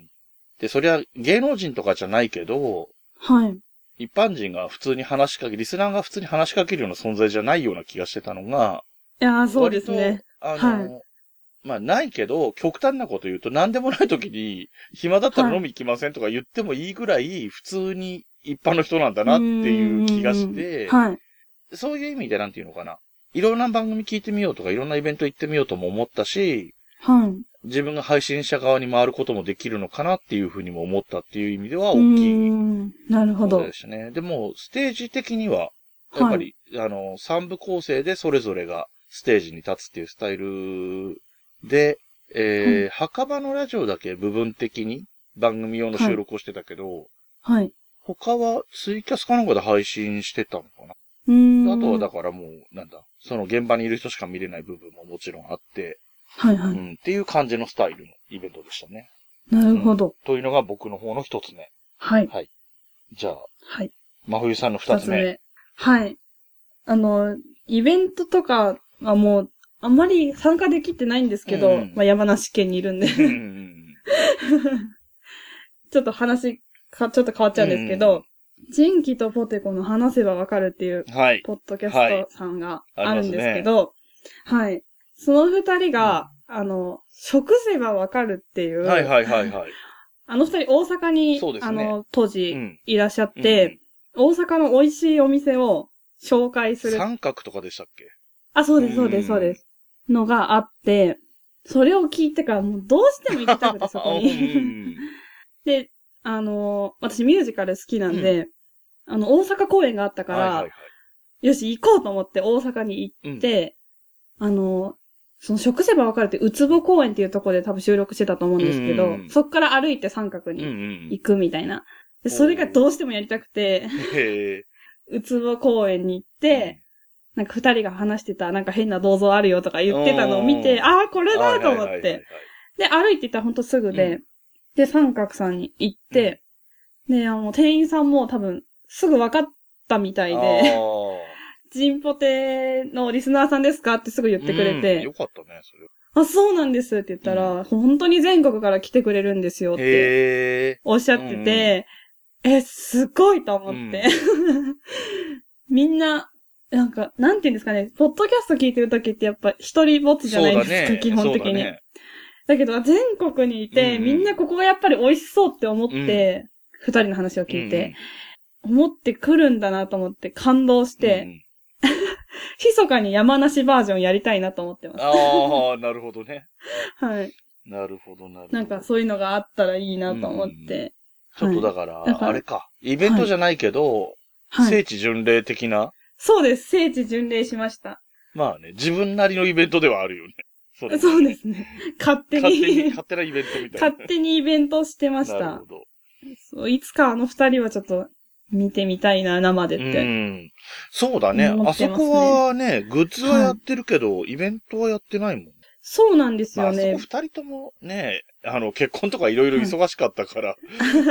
S1: て、そりゃ芸能人とかじゃないけど、
S2: はい。
S1: 一般人が普通に話しかけ、リスナーが普通に話しかけるような存在じゃないような気がしてたのが、
S2: いやー、そうですね。
S1: 割と。あの、まあ、ないけど、極端なこと言うと、何でもない時に、暇だったら飲み行きませんとか言ってもいいぐらい、普通に一般の人なんだなっていう気がして、
S2: はい。
S1: そういう意味でなんていうのかな。いろんな番組聞いてみようとか、いろんなイベント行ってみようとも思ったし、
S2: はい。
S1: 自分が配信者側に回ることもできるのかなっていうふうにも思ったっていう意味では
S2: うー
S1: 大きい
S2: ん。なるほ
S1: こと
S2: ど
S1: で。したね。でも、ステージ的には、やっぱり、あの、三部構成でそれぞれがステージに立つっていうスタイルで、えー墓場のラジオだけ部分的に番組用の収録をしてたけど、
S2: はい。
S1: 他はツイキャスかなんかで配信してたのか
S2: うーん。
S1: な。あとはだからもう、なんだ、その現場にいる人しか見れない部分ももちろんあって、
S2: はいは
S1: う
S2: い。
S1: ん、っていう感じのスタイルのイベントでしたね。
S2: なるほど。
S1: というのが僕の方の一つ目。
S2: はい。
S1: じゃあ、
S2: はい。
S1: 真冬さんの
S2: 二
S1: 二
S2: つ
S1: つ目。
S2: 目。はい。あの、イベントとかはもう、あんまり参加できてないんですけど、
S1: うん
S2: まあ山梨県にいるんで、
S1: うんうんうん
S2: ちょっと話か、ちょっと変わっちゃうんですけど、ジンキとポテコの話せばわかるっていう
S1: はい。
S2: ポッドキャストさんが
S1: はい
S2: あるんですけど、はい。その二人が、あの、食せばわかるっていう、
S1: はいはいはいはい。
S2: あの二人大阪に、
S1: そうです
S2: あ
S1: ね
S2: の、当時
S1: うん
S2: いらっしゃって、大阪の美味しいお店を紹介す
S1: うん
S2: る。
S1: 三角とかでしたっけ
S2: あ、そうです、そうで
S1: うん
S2: す、そうです。のがあって、それを聞いてからもうどうしても行きたくて、そこ
S1: あうんう
S2: に。
S1: ん
S2: で、あの、私ミュージカル好きなんで、あの、大阪公演があったから、
S1: はいはいはい
S2: よし、行こうと思って大阪に行
S1: うん
S2: って、あの、その食せばわかるって、うつぼ公園っていうところで多分収録してたと思うんですけど、
S1: うんうんうん
S2: そっから歩いて三角
S1: うんう
S2: に
S1: ん
S2: 行くみたいな。でそれがどうしてもやりたくて、
S1: うん。へえ。
S2: うつぼ公園に行って、なんか二人が話してた、なんか変な銅像あるよとか言ってたのを見
S1: うん
S2: て、ああ、これだと思
S1: はいはいは
S2: っ
S1: いはい
S2: て。。で、歩いてたらほんとすぐで、
S1: う
S2: で、三角さんに行って、で、あの、店員さんも多分、すぐ分かったみたいで、ジンポテのリスナーさんですかってすぐ言
S1: あー
S2: ってくれ
S1: うん
S2: て
S1: よ、かったね、それ。
S2: あ、そうなんですって言ったら、本当に全国から来てくれるんですよって
S1: へえ。
S2: おっしゃってて、え、すごいと思って。 みんな、なんか、なんて言うんですかね、ポッドキャスト聞いてる時ってやっぱ一人ぼっちじゃ
S1: そう
S2: ないで
S1: だ
S2: すか、
S1: ね。
S2: 基本的
S1: そう
S2: に。
S1: だ
S2: だ
S1: ね
S2: けど、全国にい
S1: う
S2: て、
S1: んうん
S2: みんなここがやっぱり美味しそうって思って、二、人の話を聞いて、、思ってくるんだなと思って感動し
S1: うんうん
S2: て、、密かに山梨バージョンやりたいなと思ってます。
S1: ああ、なるほどね。
S2: はい。
S1: なるほど、なるほど。
S2: なんかそういうのがあったらいいなと思って。
S1: ちょっとだから、
S2: いだから
S1: あれか。イベントじゃないけど、
S2: はい。
S1: 聖地巡礼的な、
S2: そうです。聖地巡礼しました。
S1: まあね、自分なりのイベントではあるよね。それ
S2: そうですね。勝手
S1: 勝手に、
S2: に、
S1: 勝手なイベントみたい
S2: 勝手にイベントしてま
S1: な。
S2: し
S1: なる
S2: た
S1: ほ。ど。
S2: そういつかあの二人はちょっと見てみたいな、生で
S1: う
S2: って。
S1: ん。そうだね。
S2: 思
S1: あ
S2: って
S1: そ
S2: ますね
S1: こはね、グッズはやってるけど、イベントはやってないもん。
S2: そうなんです
S1: まあ、
S2: よ
S1: あそこ
S2: ね。
S1: 二人ともね、あの、結婚とかいろいろ忙しかった から、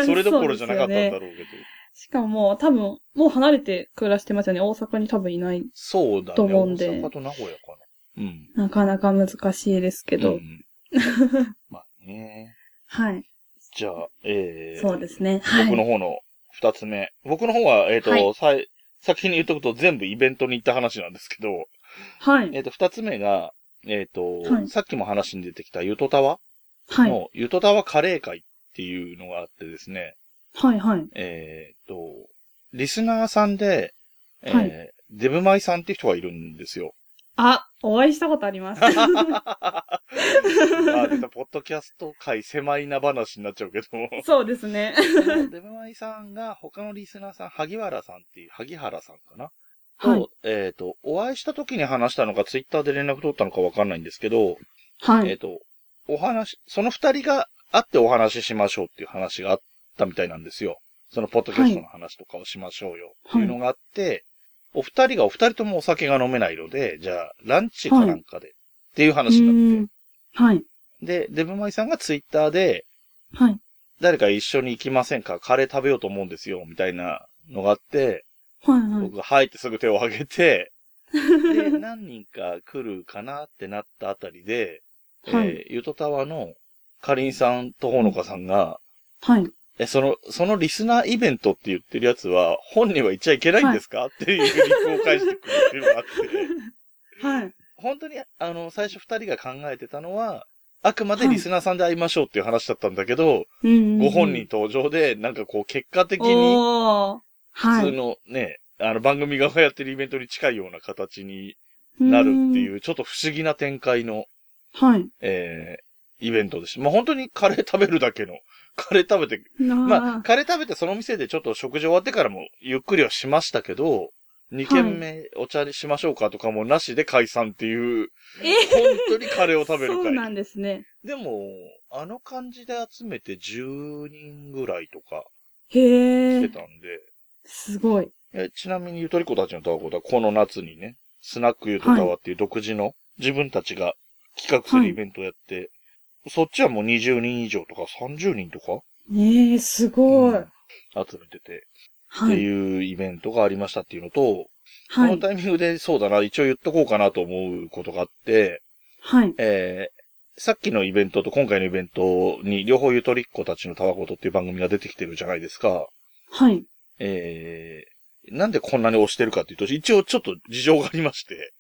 S1: それどころじゃなかったんだろ
S2: そう
S1: う
S2: ですよね
S1: けど。
S2: しかも、多分、もう離れて暮らしてますよね。大阪に多分いない。
S1: そうだね。
S2: と思うんで
S1: 大阪と名古屋かな。うん。
S2: なかなか難しいですけど。
S1: うん、まあね。
S2: はい。
S1: じゃあ、えー、
S2: そうですね。は
S1: 僕の
S2: い。
S1: 方の二つ目。僕の方は、えっ、と、
S2: はい
S1: さい先に言っとくと全部イベントに行った話なんですけど、
S2: はい。
S1: えっ、と、二つ目が、えっ、と、
S2: はい
S1: さっきも話に出てきたゆとたわ
S2: はい。
S1: の、ゆとたわカレー会っていうのがあってですね、
S2: はい。はい。
S1: えっ、と、リスナーさんで、えー
S2: はい
S1: デブマイさんって人がいるんです よ。
S2: あ、お会いしたことあります。
S1: あ、出たポッドキャスト界狭いな話になっちゃうけ ど。
S2: そうですね。
S1: そのデブマイさんが他のリスナーさん、萩原さんっていう、萩原さんかなと、
S2: はい。
S1: えっ、と、お会いした時に話したのか、ツイッターで連絡取ったのかわかんないんですけど、
S2: は
S1: えっ、
S2: い。
S1: と、お話、その二人が会ってお話ししましょうっていう話があったみたいなんですよ。そのポッドキャストの話とかをしましょうよっていうのがあって、お二人がお二人ともお酒が飲めないので、じゃあ、ランチかなんかで、っていう話
S2: う
S1: になっ
S2: んはい。
S1: て、で、デブマイさんがツイッターで、
S2: はい。
S1: 誰か一緒に行きませんかカレー食べようと思うんですよ、みたいなのがあって、
S2: はい。はい。
S1: 僕がはいってすぐ手を挙げて、で、何人か来るかなってなったあたりで、
S2: は
S1: え
S2: い。
S1: ーゆとたわのかりんさんとほのかさんが、
S2: はい。
S1: え、その、そのリスナーイベントって言ってるやつは、本人は言っちゃいけないんですか、っていうリプを返してくるっていうのがあって、
S2: はい。
S1: 本当に、あの、最初二人が考えてたのは、あくまでリスナーさんで会いましょうっていう話だったんだけど、
S2: うん
S1: ご本人登場で、なんかこう、結果的に、
S2: おー
S1: 普
S2: は
S1: 通
S2: い。
S1: のね、あの、番組側がやってるイベントに近いような形になるって
S2: う
S1: い
S2: ん。
S1: う、ちょっと不思議な展開の、
S2: はい。
S1: えー、イベントでした。まあ、本当にカレー食べるだけの、 カレー食べて、まあ、
S2: ま
S1: カレー食べてその店でちょっと食事終わってからもゆっくりはしましたけど、二軒目お茶にしましょうかとかもなしで解散っていう、
S2: え
S1: 本当にカレーを食べ
S2: そ
S1: る
S2: うな
S1: 会。
S2: んですね。
S1: でも、あの感じで集めて10人ぐらいとか
S2: へ
S1: して
S2: え
S1: た。んで、
S2: すごい。
S1: えちなみにゆとり子たちのタワコはこの夏にね、スナックゆとたわっていう独自の自分たちが企画するイベントをやって、そっちはもう20人以上とか30人とか、
S2: ええ、す
S1: う
S2: ごい。
S1: ん集めてて、っ
S2: は
S1: て
S2: い。
S1: いうイベントがありましたっていうのと、
S2: は
S1: この
S2: い。
S1: タイミングでそうだな、一応言っとこうかなと思うことがあって、
S2: はい。
S1: えーさっきのイベントと今回のイベントに両方ゆとりっ子たちのタワコとっていう番組が出てきてるじゃないですか。
S2: はい。
S1: えー、なんでこんなに推してるかっていうと、一応ちょっと事情がありまして、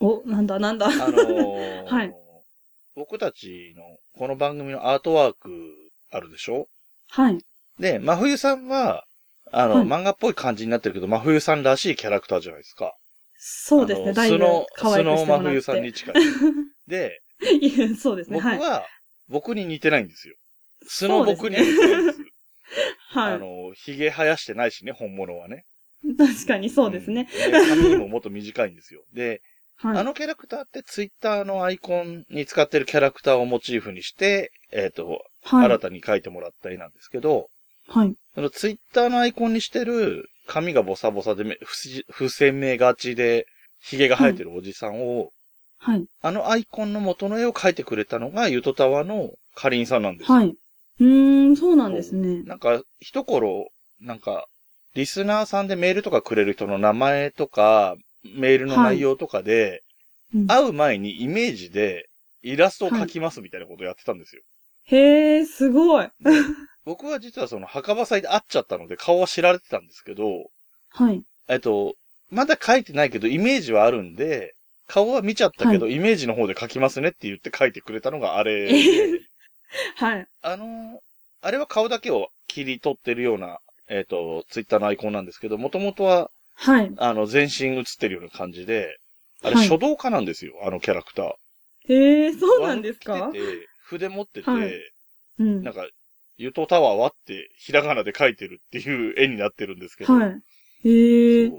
S2: お、なんだなんだ。
S1: あのー
S2: はい
S1: 僕たちのこの番組のアートワークあるでしょ
S2: はい。
S1: で、真冬さんは、あの、
S2: はい
S1: 漫画っぽい感じになってるけど、真冬さんらしいキャラクターじゃないですか。
S2: そうです
S1: あの
S2: ね。だいぶ
S1: 素の、
S2: 可愛くして
S1: 素の
S2: も
S1: 真
S2: らっ
S1: 冬さんに
S2: て。
S1: 近い。で、
S2: いやそうですね。
S1: 僕
S2: はい。
S1: は、僕に似てないんですよ。素
S2: そ
S1: の
S2: うです
S1: 僕
S2: ね
S1: に似てないんですよ。
S2: は
S1: あの、髭生やしてないしね、本物はね。
S2: い。確かにそうですね。
S1: うん。で髪ももっと短いんですよ。で、
S2: はい。
S1: あのキャラクターってツイッターのアイコンに使ってるキャラクターをモチーフにして、えっ、と、
S2: はい、
S1: 新たに書いてもらったりなんですけど、
S2: はい。
S1: そのツイッターのアイコンにしてる、髪がボサボサでめ、不自不鮮明がちで、髭が生えてるおじさんを、
S2: はい。
S1: あのアイコンの元の絵を描いてくれたのが、ゆとたわのかりんさんなんですよ。
S2: はい。うーん、そうなんですね。
S1: なんか、一頃、なんか、リスナーさんでメールとかくれる人の名前とか、メールの内容とかで、
S2: うん
S1: 会う前にイメージで、イラストを描きますみたいなことをやってたんですよ。
S2: へえ、すごい。
S1: 僕は実はその墓場祭で会っちゃったので顔は知られてたんですけど、
S2: はい。
S1: えっと、まだ書いてないけどイメージはあるんで、顔は見ちゃったけど、イメージの方で書きますねって言って書いてくれたのがあれ で、
S2: はい。
S1: あの、あれは顔だけを切り取ってるような、えっと、ツイッターのアイコンなんですけど、もともとは、
S2: はい。
S1: あの、全身映ってるような感じで、あれ、
S2: はい
S1: 書道家なんですよ、あのキャラクター。
S2: へえ、そうなんです
S1: ワン
S2: か
S1: 着てて筆持ってて、
S2: はいうん。
S1: なん
S2: は
S1: か、ゆとタワーはって、ひらがなで描いてるっていう絵になってるんですけど。
S2: い。へえ、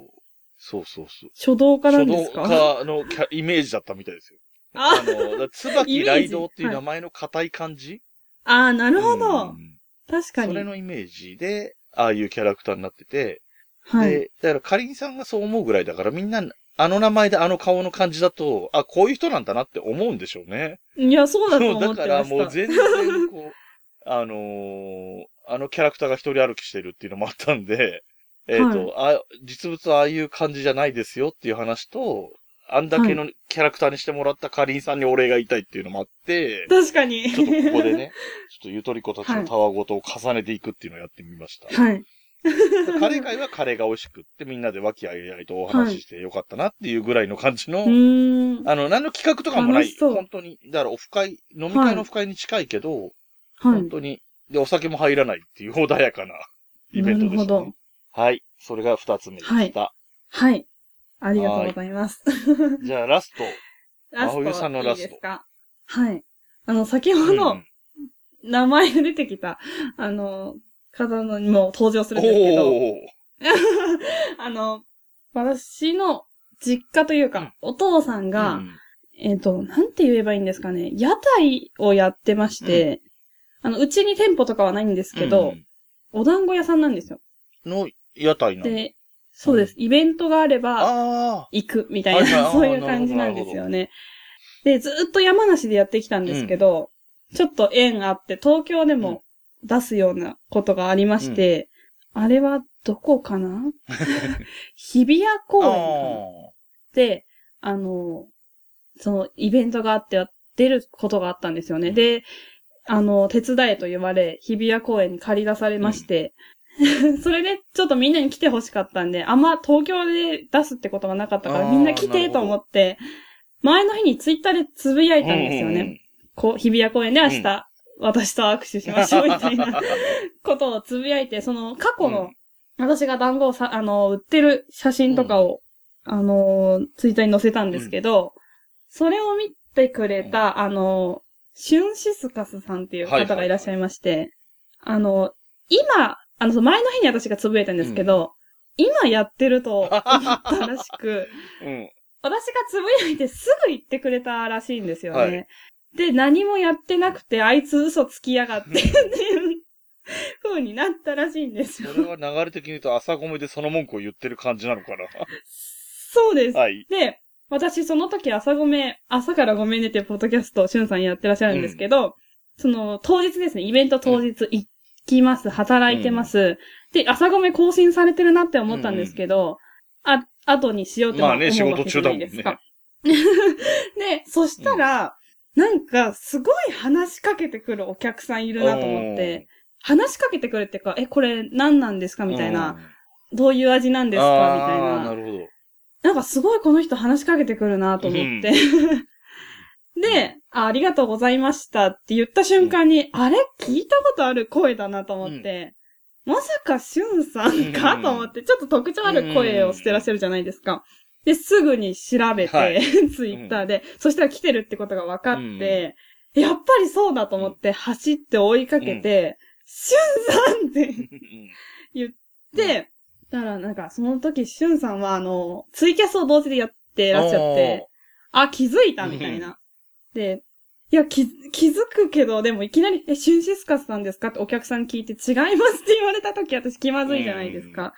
S1: そうそうそうそう。
S2: 書道家な
S1: 書
S2: ん
S1: 道
S2: ですか
S1: 家のキャイメージだったみたいですよ。あ
S2: あ
S1: の、だから椿雷道っていう
S2: イメージ
S1: 名前の硬い感じ、
S2: あー、なるほ
S1: う
S2: ど。
S1: ん
S2: 確か
S1: そ
S2: に
S1: れ。のイメージで、ああいうキャラクターになってて、
S2: はい。
S1: で、だからかりんさんがそう思うぐらいだからみんな、あの名前であの顔の感じだと、あ、こういう人なんだなって思うんでしょうね。
S2: いや、そうだと
S1: そう
S2: 思
S1: だ
S2: って
S1: から
S2: まし
S1: もう
S2: た。
S1: 全然こう、 あのーあのキャラクターが一人歩きしてるっていうのもあったんで、えっ、と、あ、実物はああいう感じじゃないですよっていう話と、あんだけのキャラクターにしてもらったかりんさんにお礼が言いたいっていうのもあって、
S2: 確かに。
S1: ちょっとここでね、ちょっとゆとり子たちのたわごとを重ねていくっていうのをやってみま した。
S2: はい。
S1: カレー会はカレーが美味しくってみんなで和気あいあいとお話ししてよかったなっていうぐらいの感じの、
S2: うーん。
S1: あの、何の企画とかもな
S2: 楽
S1: い
S2: し。そう
S1: 本当に。だからオフ会、飲み会のオフ会に近いけど、
S2: は
S1: 本
S2: い。
S1: 当に。で、お酒も入らないっていう穏やかなイベントでした、
S2: なる
S1: ね。はい。それが二つ目でした。
S2: はい。ありがとうございます。
S1: じゃあラスト。
S2: ラス
S1: 青湯さんの
S2: トい
S1: ラ
S2: い
S1: スト
S2: ですかはい。あの、先ほ
S1: う
S2: ど
S1: ん
S2: 名前が出てきた、あの、方のにも登場す
S1: お
S2: るんですけど、
S1: ー
S2: あの、私の実家というか、お父さんが、
S1: うん
S2: えっ、と、なんて言えばいいんですかね、屋台をやってまして、あの、うちに店舗とかはないんですけど、
S1: うん
S2: お団子屋さんなんですよ。
S1: の屋台なんだ
S2: で、そうです。イベントがあれば、
S1: あ
S2: 行くみたい
S1: はいはいあ
S2: な、
S1: ー
S2: そういう感じなんですよね。で、ずーっと山梨でやってきたんですけど、ちょっと縁あって、東京でも出すようなことがありまして、あれはどこかな日比谷
S1: あ。
S2: 公園かな
S1: あ
S2: で、あの、そのイベントがあって、出ることがあったんですよね。で、あの、手伝えと言われ、日比谷公園に借り出されまして、 それで、ちょっとみんなに来て欲しかったんで、あんま東京で出すってことがなかったか
S1: あ
S2: ら、
S1: ー
S2: みんな来
S1: なる
S2: て
S1: ほ
S2: と
S1: ど
S2: 思って、前の日にツイッターでつぶや
S1: あ
S2: いたんですよね。
S1: うんうん
S2: こう、日比谷公園で明日、
S1: うん
S2: 私と握手しましょうみたいなことをつぶやいて、その過去の、私が団子をさ、あの、売ってる写真とかを、あの、ツイッターに載せたんですけど、それを見てくれた、あの、シュンシスカスさんっていう
S1: はいは
S2: 方
S1: いは
S2: が
S1: い
S2: いらっしゃいまして、あの、今、あの、その前の日に私がつぶやいたんですけど、今やってると思ったらしく、
S1: うん。
S2: 私がつぶやいてすぐ言ってくれたらしいんですよね。
S1: はい
S2: で、何もやってなくて、あいつ嘘つきやがってっていう風になったらしいんですよ
S1: そ。れは流れ的に言うと朝ごめでその文句を言ってる感じなのか な。
S2: そうです。
S1: はい。
S2: で、私その時朝ごめん、朝からごめんねっていうポッドキャストをしゅんさんやってらっしゃるんですけど、その当日ですね、イベント当日行きます、働いてます。で、朝ごめん更新されてるなって思ったんですけど、あ、後にしようって
S1: まあ
S2: 思うわけ
S1: ね
S2: じゃ
S1: 仕事中だ
S2: な
S1: も
S2: い
S1: んね
S2: ですか。で、そしたら、なんかすごい話しかけてくるお客さんいるなと思って、話しかけてくるっていうか、え、これ何なんですか
S1: うん、
S2: みたいな、
S1: うん。
S2: どういう味なんですかみたい
S1: あー
S2: な
S1: な。るほど。
S2: なんかすごいこの人話しかけてくるなと思って。であ、ありがとうございましたって言った瞬間に、あれ聞いたことある声だなと思って、まさかしゅんさんか、
S1: うん
S2: と思って、ちょっと特徴ある声をしてらっしゃるじゃないですか。で、すぐに調べて、
S1: はい
S2: ツイッターで、そしたら来てるってことが分かって、やっぱりそうだと思って走って追いかけて、しゅんさんって
S1: うん
S2: 言って、だからなんかその時しゅんさんはあの、ツイキャスを同時でやってらっしゃって、あ、気づいたみたいな。で、いや、気、気づくけど、でもいきなり、え、シュンシスカスさんですかってお客さんに聞いて違いますって言われた時私気まずいじゃないですか。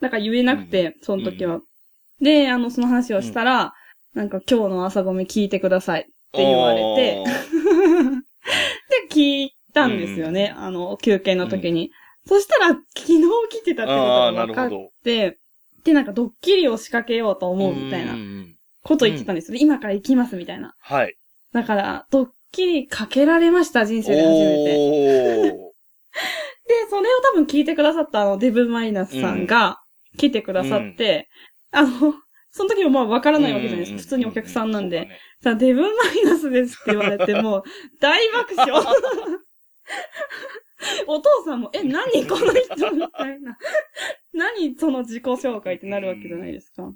S2: なんか言えなくて、その時は。で、あの、その話をしたら、なんか今日の朝ごめ聞いてください。て言われて。で、聞いたんですよね。あの、休憩の時に。そしたら、昨日来てた
S1: あー
S2: ってこと
S1: あー、
S2: が
S1: な
S2: 分
S1: る
S2: か
S1: ほ
S2: っ
S1: ど。
S2: て、で、なんかドッキリを仕掛けようと思うみたい
S1: ん
S2: なん
S1: ん
S2: こと言ってたんですよね。今から行きますみたいな。
S1: はい。
S2: だから、ドッキリかけられました、人生で初めて。
S1: お
S2: で、それを多分聞いてくださったあの、デブマイナスさんが来てくださって、あの、その時もまあ分から
S1: ー。
S2: ないわけじゃないですか。普通にお客さんなん
S1: うう
S2: で
S1: う。。
S2: さあ、デブマイナスですって言われて、 もう、大爆 笑。お父さんも、え、何この人みたいな。何その自己紹介ってなるわけじゃないですか。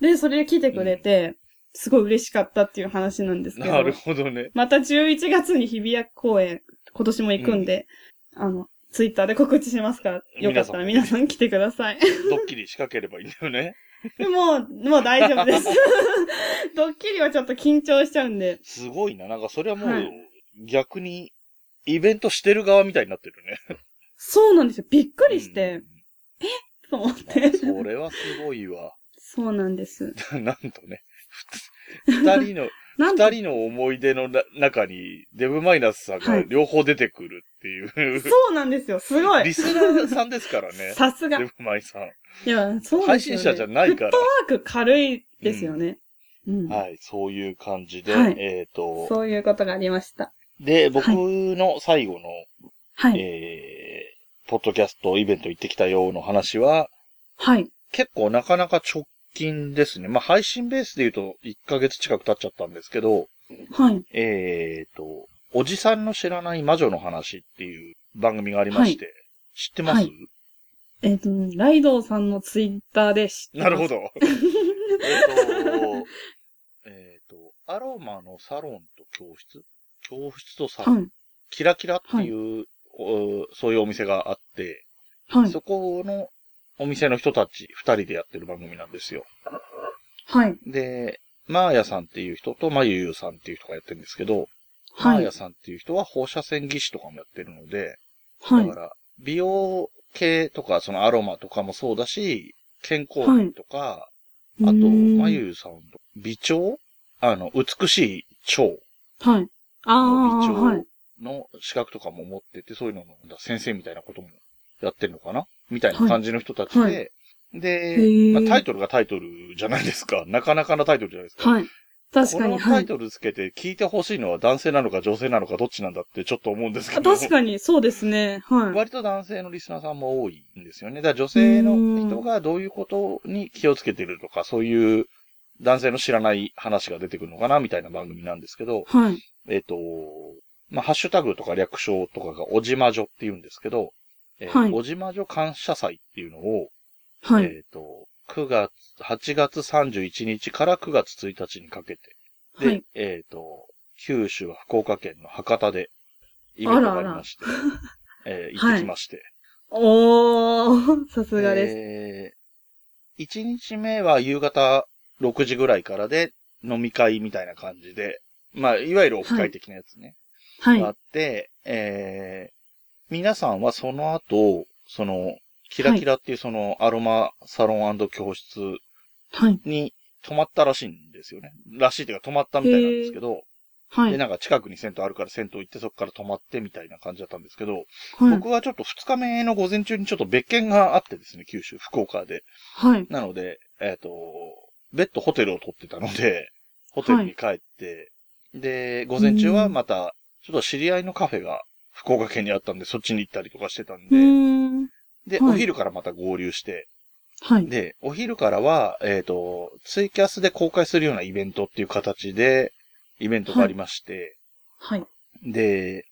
S2: で、それで来てくれて、すごい嬉しかったっていう話なんです
S1: そう
S2: け
S1: だ
S2: ど。
S1: ねなるほどね。
S2: また11月に日比谷公園、今年も行くんで、あの、ツイッターで告知しますから、よかったら皆
S1: 皆
S2: さ
S1: さ
S2: ん来てください。
S1: ドッキリ仕掛ければいいんだよね。
S2: もう、もう大丈夫 です。ドッキリはちょっと緊張しちゃうんで。
S1: すごいな。なんかそれはも
S2: は
S1: う、逆に、イベントしてる側みたいになってるね。
S2: そうなんですよ。びっくりし
S1: う
S2: て
S1: ん、。
S2: と思っ
S1: あ
S2: て。
S1: それはすごいわ。
S2: そうなんです。
S1: なんとね、ふつ二人の、
S2: なん
S1: 二
S2: で、
S1: 人の思い出のな中に、デブマイナスさん
S2: は
S1: が
S2: い
S1: 両方出てくるっていう、
S2: そうなんですよ。すご
S1: リ
S2: い。
S1: スナーさんですからね。
S2: さすが。
S1: デ
S2: い
S1: ブマイさん。
S2: や、そうな
S1: 配
S2: んですよ、
S1: 信
S2: ね。
S1: 者じゃないか
S2: フットワーク軽いですよね。うん。
S1: ら。はい、そういう感じで、
S2: はい
S1: えっ、と、
S2: そういうことがありました。
S1: で、僕の最後の、
S2: はい。
S1: えー、ポッドキャストイベント行ってきたよの話は、
S2: はい。
S1: 結構なかなか直近ですね。まあ、配信ベースで言うと1ヶ月近く経っちゃったんですけど、
S2: はい。
S1: えーと、おじさんの知らない魔女の話っていう番組がありまして、知ってます、
S2: はいえっ、と、ライドウさんのツイッターで知ってま
S1: な
S2: す
S1: るほ。ど。えーと、 えーと、アロマのサロンと教室教室とサロン、
S2: はい。
S1: キラキラっていう、おそういうお店があって、
S2: はい。
S1: そこのお店の人たち二人でやってる番組なんですよ。
S2: はい。
S1: で、マーヤさんっていう人とマユユさんっていう人がやってるんですけど、マ
S2: は
S1: ーヤ
S2: い。
S1: さんっていう人は放射線技師とかもやってるので、
S2: は
S1: だ
S2: い
S1: か。ら、美容系とか、そのアロマとかもそうだし、健康面とか、あと、
S2: うーん
S1: ま。ゆゆさんの美腸あの、美しい腸
S2: はい。ああ、
S1: の美
S2: はい
S1: 腸。の資格とかも持ってて、そういうのも、先生みたいなこともやってるのかなみたいな感じの人たちで、
S2: はいはへ
S1: で、
S2: ー
S1: まあタイトルがタイトルじゃないですか。 なかなかなタイトルじゃないですか。
S2: はい。確かに、
S1: この
S2: は
S1: タ
S2: い
S1: イ。トルつけて聞いてほしいのは男性なのか女性なのかどっちなんだってちょっと思うんですけ
S2: あ
S1: ど。
S2: 確かに、そうですね。はい。
S1: 割と男性のリスナーさんも多いんですよね。だから女性の人がどういうことに気をつけてるとか、そういう男性の知らない話が出てくるのかなみたいな番組なんですけど、
S2: はい。
S1: えっ、と、まあ、ハッシュタグとか略称とかがおじまじょって言うんですけど、えー
S2: はい
S1: おじまじょ感謝祭っていうのを、
S2: はい。
S1: えっ、と、9月、8月31日から9月1日にかけて、で、
S2: はい。
S1: えっ、と、九州は福岡県の博多でイベントがありまして、 えー行ってきまして、
S2: おー、 さすがです。
S1: えー、1日目は夕方6時ぐらいからで飲み会みたいな感じで、まあ、いわゆるオフ会的なやつね、
S2: はい
S1: があ。って、えー、皆さんはその後、その、キラキラっていうそのアロマサロン教室
S2: はい。
S1: に泊まったらしいんですよね。らしいというか泊まったみたいなんですけど、
S2: はい
S1: で、。なんか近くに銭湯あるから銭湯行ってそこから泊まってみたいな感じだったんですけど、
S2: はい。
S1: 僕はちょっと2日目の午前中にちょっと別件があってですね、九州、福岡で。
S2: はい。
S1: なので、えっ、と、別途ホテルを取ってたので、ホテルに帰って、で、午前中はまた、ちょっと知り合いのカフェが福岡県にあったんで、そっちに行ったりとかしてたん
S2: う
S1: で、
S2: ーん。
S1: で、
S2: はい
S1: お昼からまた合流して、
S2: はい。
S1: で、お昼からは、えっ、と、ツイキャスで公開するようなイベントっていう形で、イベントがありまして、
S2: はい。
S1: で、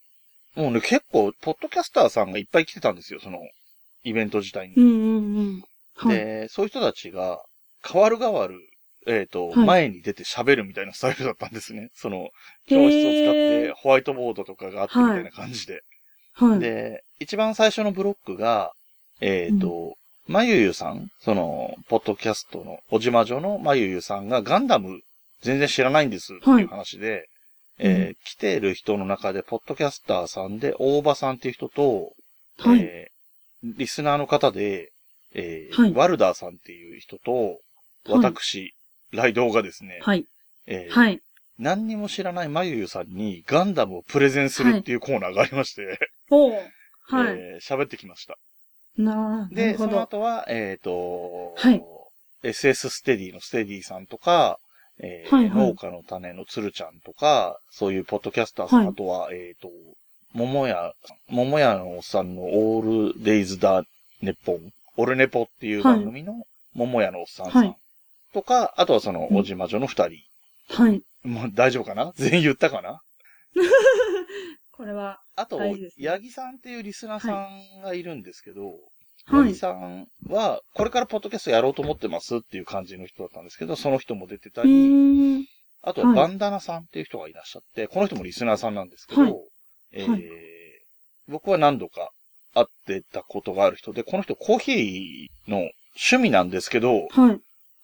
S1: もうね、結構、ポッドキャスターさんがいっぱい来てたんですよ、その、イベント自体に
S2: う。んうんうん。はい。
S1: で、そういう人たちが、変わる変わる、えっ、と、
S2: はい
S1: 前に出て喋るみたいなスタイルだったんです ね。その、
S2: へー
S1: 教室を使って、ホワイトボードとかがあってみたいな感じで。
S2: はい。
S1: で、一番最初のブロックが、えっ、と、まゆゆさん、その、ポッドキャストの、おじまじょのまゆゆさんがガンダム全然知らないんですっていう話で、えー来てる人の中で、ポッドキャスターさんで、大場さんっていう人と、
S2: はい。
S1: えーリスナーの方で、えー
S2: はい
S1: ワルダーさんっていう人と、
S2: はい
S1: 私、ライドウがですね、
S2: はい。
S1: えー
S2: はい。
S1: 何にも知らないまゆゆさんにガンダムをプレゼンするっていうコーナーがありまして、
S2: おう。はい。
S1: えー喋ってきました。
S2: なあな
S1: で、そ
S2: るほ
S1: の
S2: ど。
S1: 後は、えっ、と、
S2: はい、
S1: SS ステディのステディさんとか、えー
S2: はいはい
S1: 農家の種のつるちゃんとか、そういうポッドキャスターさん、
S2: はい
S1: あとは、えっ、と、桃屋、桃屋のおっさんのオールデイズダーネポン、オルネポっていう番組の桃屋のおっさんさ
S2: は
S1: ん
S2: い
S1: とか、あとはその
S2: うん
S1: おじまじょの二人。
S2: はい。
S1: もう大丈夫かな全員言ったかな
S2: これは、
S1: あと、
S2: 大事ですね
S1: 八木さんっていうリスナーさんがいるんですけど、
S2: は
S1: 八木
S2: い。
S1: さんは、これからポッドキャストやろうと思ってますっていう感じの人だったんですけど、その人も出てた
S2: う
S1: り、
S2: ーん。
S1: あとはバンダナさんっていう人がいらっしゃって、この人もリスナーさんなんですけど、
S2: はい
S1: えー
S2: はい
S1: 僕は何度か会ってたことがある人で、この人コーヒーの趣味なんですけど、
S2: はい。はい。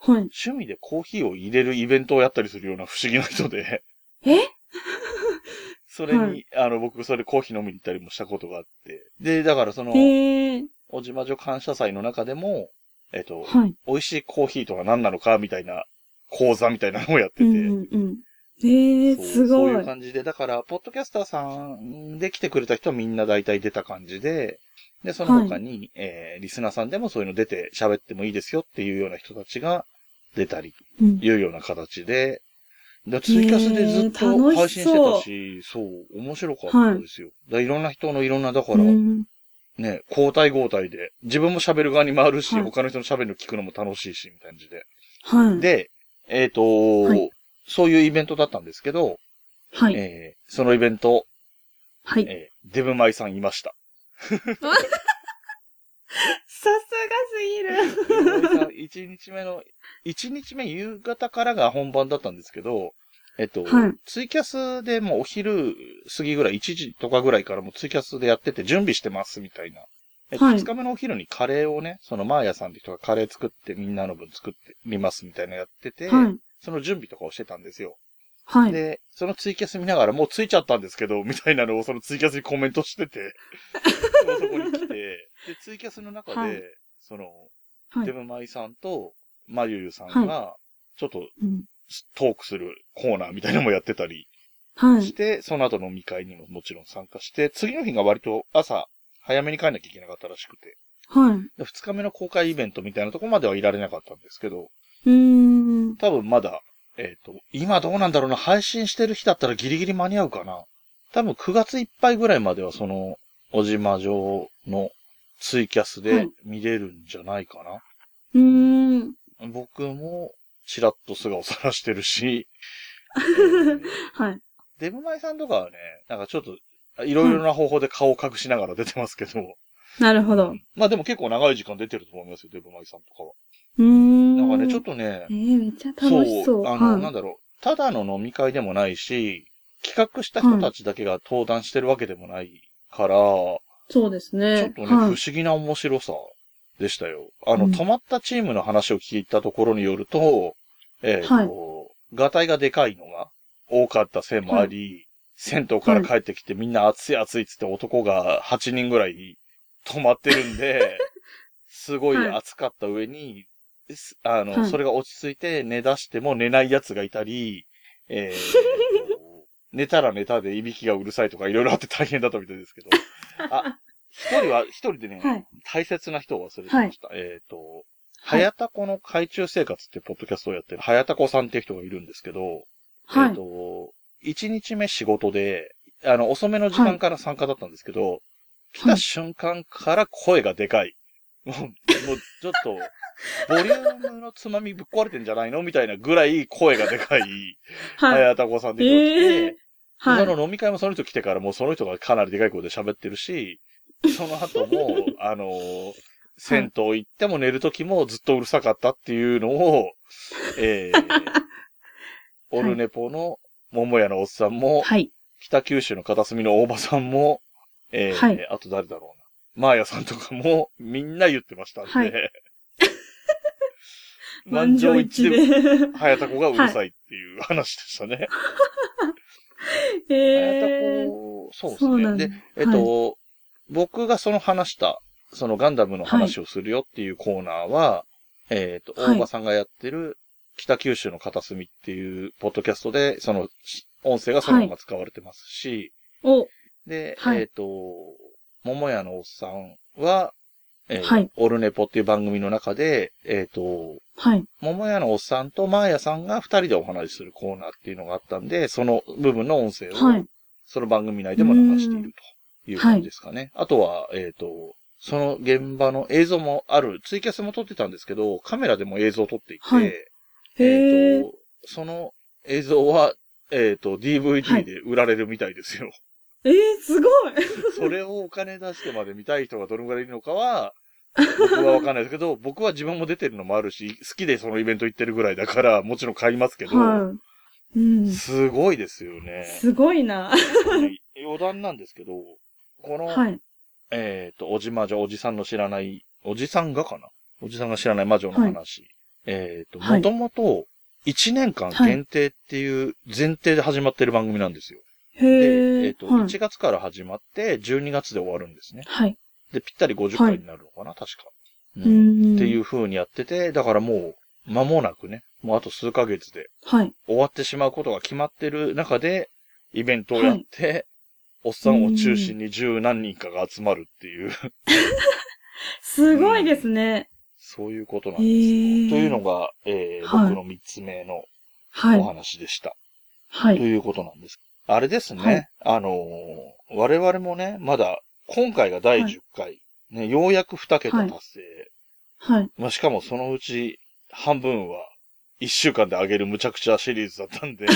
S1: 趣味でコーヒーを入れるイベントをやったりするような不思議な人で、
S2: え
S1: それに、
S2: はい
S1: あの、僕それコーヒー飲みに行ったりもしたことがあって、で、だからその、
S2: えー。
S1: おじまじょ感謝祭の中でも、えっ、と、
S2: はい。
S1: 美味しいコーヒーとは何なのかみたいな講座みたいなのをやって
S2: う
S1: て、
S2: んうんうん。ええ
S1: そ
S2: ー、
S1: う
S2: す
S1: そ
S2: ご
S1: う
S2: い。
S1: いう感じで、だから、ポッドキャスターさんで来てくれた人はみんな大体出た感じで、で、その他に、えー、リスナーさんでもそういうの出て喋ってもいいですよっていうような人たちが出たり、
S2: うん
S1: いうような形で、でツイキャスでずっ
S2: ねえ
S1: と
S2: 楽しそう
S1: 配信してたし、そう面白かったですよ。だからいろんな人のいろんな、だから、
S2: うん
S1: ね、交代交代で、自分も喋る側に回るし、
S2: はい
S1: 他の人の喋るの聞くのも楽しいし、みたいな感じで。
S2: はい。
S1: で、えっ、と
S2: はい
S1: そういうイベントだったんですけど、
S2: はい。
S1: えーそのイベント、
S2: はい。
S1: えーデブマイさんいま した。
S2: さすがすぎる。
S1: デブマイさん、1日目の、1日目夕方からが本番だったんですけど、えっ、と、
S2: はい
S1: ツイキャスでもうお昼過ぎぐらい、1時とかぐらいからもうツイキャスでやってて準備してますみたいな。えっと、
S2: はい
S1: 2日目のお昼にカレーをね、そのマーヤさんって人がカレー作ってみんなの分作ってみますみたいなのやってて、
S2: はい。
S1: その準備とかをしてたんですよ。
S2: はい。
S1: で、そのツイキャス見ながらもうついちゃったんですけど、みたいなのをそのツイキャスにコメントしてて、そこに来て、で、ツイキャスの中で、
S2: はい
S1: その、
S2: は
S1: デ
S2: い。
S1: ブマイさんとマユユさんが、ちょっと
S2: うん
S1: トークするコーナーみたいなのもやってたり、
S2: は
S1: し
S2: い。
S1: て、その後飲み会にももちろん参加して、次の日が割と朝、早めに帰んなきゃいけなかったらしくて、
S2: はい。
S1: で二日目の公開イベントみたいなとこまではいられなかったんですけど、
S2: うーん。
S1: 多分まだ、えっ、と、今どうなんだろうな、配信してる日だったらギリギリ間に合うかな。多分9月いっぱいぐらいまではその、小島城のツイキャス
S2: は
S1: で
S2: い
S1: 見れるんじゃないかな。
S2: うーん。
S1: 僕も、ちらっと姿を晒してるし、えー
S2: はい。
S1: デブマイさんとかはね、なんかちょっと、いろいろな方法で顔を隠しながら出てますけど、
S2: なるほど。
S1: まあでも結構長い時間出てると思いますよ、デブマイさんとかは。
S2: うーん。
S1: なんかね、ちょっとね
S2: え、ー、めっちゃ楽しそう。
S1: あの、
S2: は
S1: なん
S2: い。
S1: だろう、ただの飲み会でもないし、企画した人たちだけが登壇してるわけでもないから、
S2: そうです
S1: ちょっ
S2: ね。
S1: とね、不
S2: は
S1: 思
S2: い。
S1: 議な面白さでしたよ。あの、
S2: うん
S1: 止まったチームの話を聞いたところによると、えっ、
S2: はい
S1: と、がたいがでかいのが多かったせいもあり、銭湯から帰ってきてみんな暑い暑いっつって男が8人ぐらい止まってるん で、すごい
S2: はい
S1: 暑かった上に、すあの、
S2: はい
S1: それが落ち着いて寝出しても寝ない奴がいたり、えー 寝たら寝たでいびきがうるさいとかいろいろあって大変だったみたいです けど、あ、一人は、一人でね、
S2: はい。
S1: 大切な人を忘れてました。えっ、と、はやたこの海中生活っていうポッドキャストをやってる、はやたこさんっていう人がいるんですけど、
S2: は
S1: えっ、
S2: い。
S1: と、1日目仕事で、あの、遅めの時間から参加だったんですけど、来た瞬間から声がでかい。もう、もうちょっ と、ボリュームのつまみぶっ壊れてんじゃないのみたいなぐらい声がでかい、は
S2: はい。
S1: やたこさんで
S2: えー。は
S1: そ
S2: い。
S1: の飲み会もその人来てからもうその人がかなりでかい声で喋ってる し、その後も、あのー銭湯行っても寝る時もずっとうるさかったっていうのを、えー、オルネポの桃屋のおっさんも、
S2: はい。
S1: 北九州の片隅の大場さんも、えー
S2: はい
S1: あと誰だろうな。マーヤさんとかもみんな言ってましたんで。
S2: はい
S1: 満場一致で、
S2: で。
S1: はやたこがうるさいっていう話でしたね。はやた
S2: えー。
S1: こ、そうで
S2: そう
S1: す
S2: なん
S1: ね。
S2: だ
S1: で、えっと、僕がその話した、そのガンダムの話をするよっていうコーナーは、えっと、
S2: はい
S1: 大場さんがやってる北九州の片隅っていうポッドキャストで、その音声がそのまま使われてますし、
S2: お、
S1: で、
S2: はい
S1: えっ、と、桃屋のおっさんは、えー
S2: はい
S1: オルネポっていう番組の中で、えっ、と、
S2: はい。
S1: 桃屋のおっさんとマーヤさんが二人でお話しするコーナーっていうのがあったんで、その部分の音声を、
S2: はい。
S1: その番組内でも流しているという感じですかね。あとは、えっ、と、その現場の映像もある、ツイキャスも撮ってたんですけど、カメラでも映像を撮っていて、
S2: はい
S1: え
S2: へ
S1: っ、
S2: ー。
S1: と、その映像は、えっ、と、
S2: は
S1: DVD
S2: い
S1: で売られるみたいです よ。
S2: えー、すごい
S1: それをお金出してまで見たい人がどのぐらいいるのか は、僕はわかんないですけど、僕は自分も出てるのもあるし、好きでそのイベント行ってるぐらいだから、もちろん買いますけど、
S2: はい。うん。
S1: すごいですよね。
S2: すごいな。
S1: 余談なんですけど、この、
S2: はい。
S1: えっ、と、おじ魔女、おじさんの知らない、おじさんがかなおじさんが知らない魔女の話。えっ、と、
S2: はい
S1: もともと、1年間限定っていう前提で始まってる番組なんですよ。
S2: へ
S1: で、えっ、
S2: え
S1: と、
S2: はい
S1: 1月から始まって、12月で終わるんですね。
S2: はい。
S1: で、ぴったり50
S2: はい
S1: 回になるのかな、確か。う
S2: う
S1: ん
S2: ん。。
S1: っていうう風にやってて、だからもう、間もなくね、もうあと数ヶ月で
S2: はい。
S1: 終わってしまうことが決まってる中で、イベントをやって、おっさんを中心に十何人かが集まるっていう、
S2: すごいですね。
S1: そういうことなん
S2: へえ
S1: です。
S2: ー。
S1: というのが、えー
S2: はい
S1: 僕の3つ目の
S2: は
S1: お
S2: い。
S1: 話でした。
S2: は
S1: と
S2: い。
S1: いうことなんです。あれですね、
S2: はい
S1: あのー我々もね、まだ、今回が第10回、ね、ようやく2桁達成、
S2: はい。
S1: まあ、しかもそのうち半分は一週間で上げるむちゃくちゃシリーズだった んで、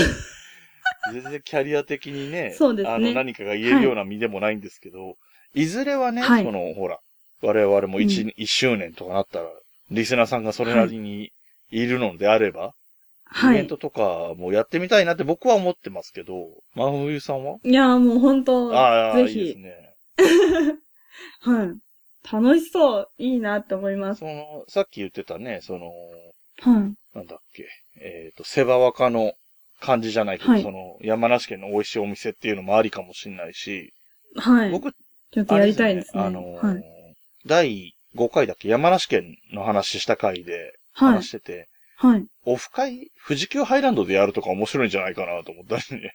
S1: 全然キャリア的にね、
S2: そうですね
S1: あの何かが言えるような身でもないんですけど、い、ずれはね、
S2: はい
S1: そのほら、我々も一、
S2: う
S1: 一周年とかなったら、リスナーさんがそれなりにいるのであれば、
S2: は
S1: イベン
S2: い。
S1: トとかもやってみたいなって僕は思ってますけど、真冬さんはい
S2: やーもう本当
S1: ああ、い
S2: ぜ
S1: いで
S2: ひ
S1: す。ね。
S2: はい。楽しそう。いいなって思います。
S1: その、さっき言ってたね、その、
S2: はい。
S1: なんだっけ、えっ、と、セバワカの感じじゃないけど、
S2: はい
S1: その、山梨県の美味しいお店っていうのもありかもしれないし、
S2: はい。
S1: 僕、
S2: ちょっと
S1: あ
S2: や
S1: れ
S2: りたいですね。
S1: あのー
S2: はい。
S1: 第5回だっけ、山梨県の話した回で
S2: はい
S1: 話し。てて、
S2: はい。
S1: オフ会、富士急ハイランドでやるとか面白いんじゃないかなと思ったりね。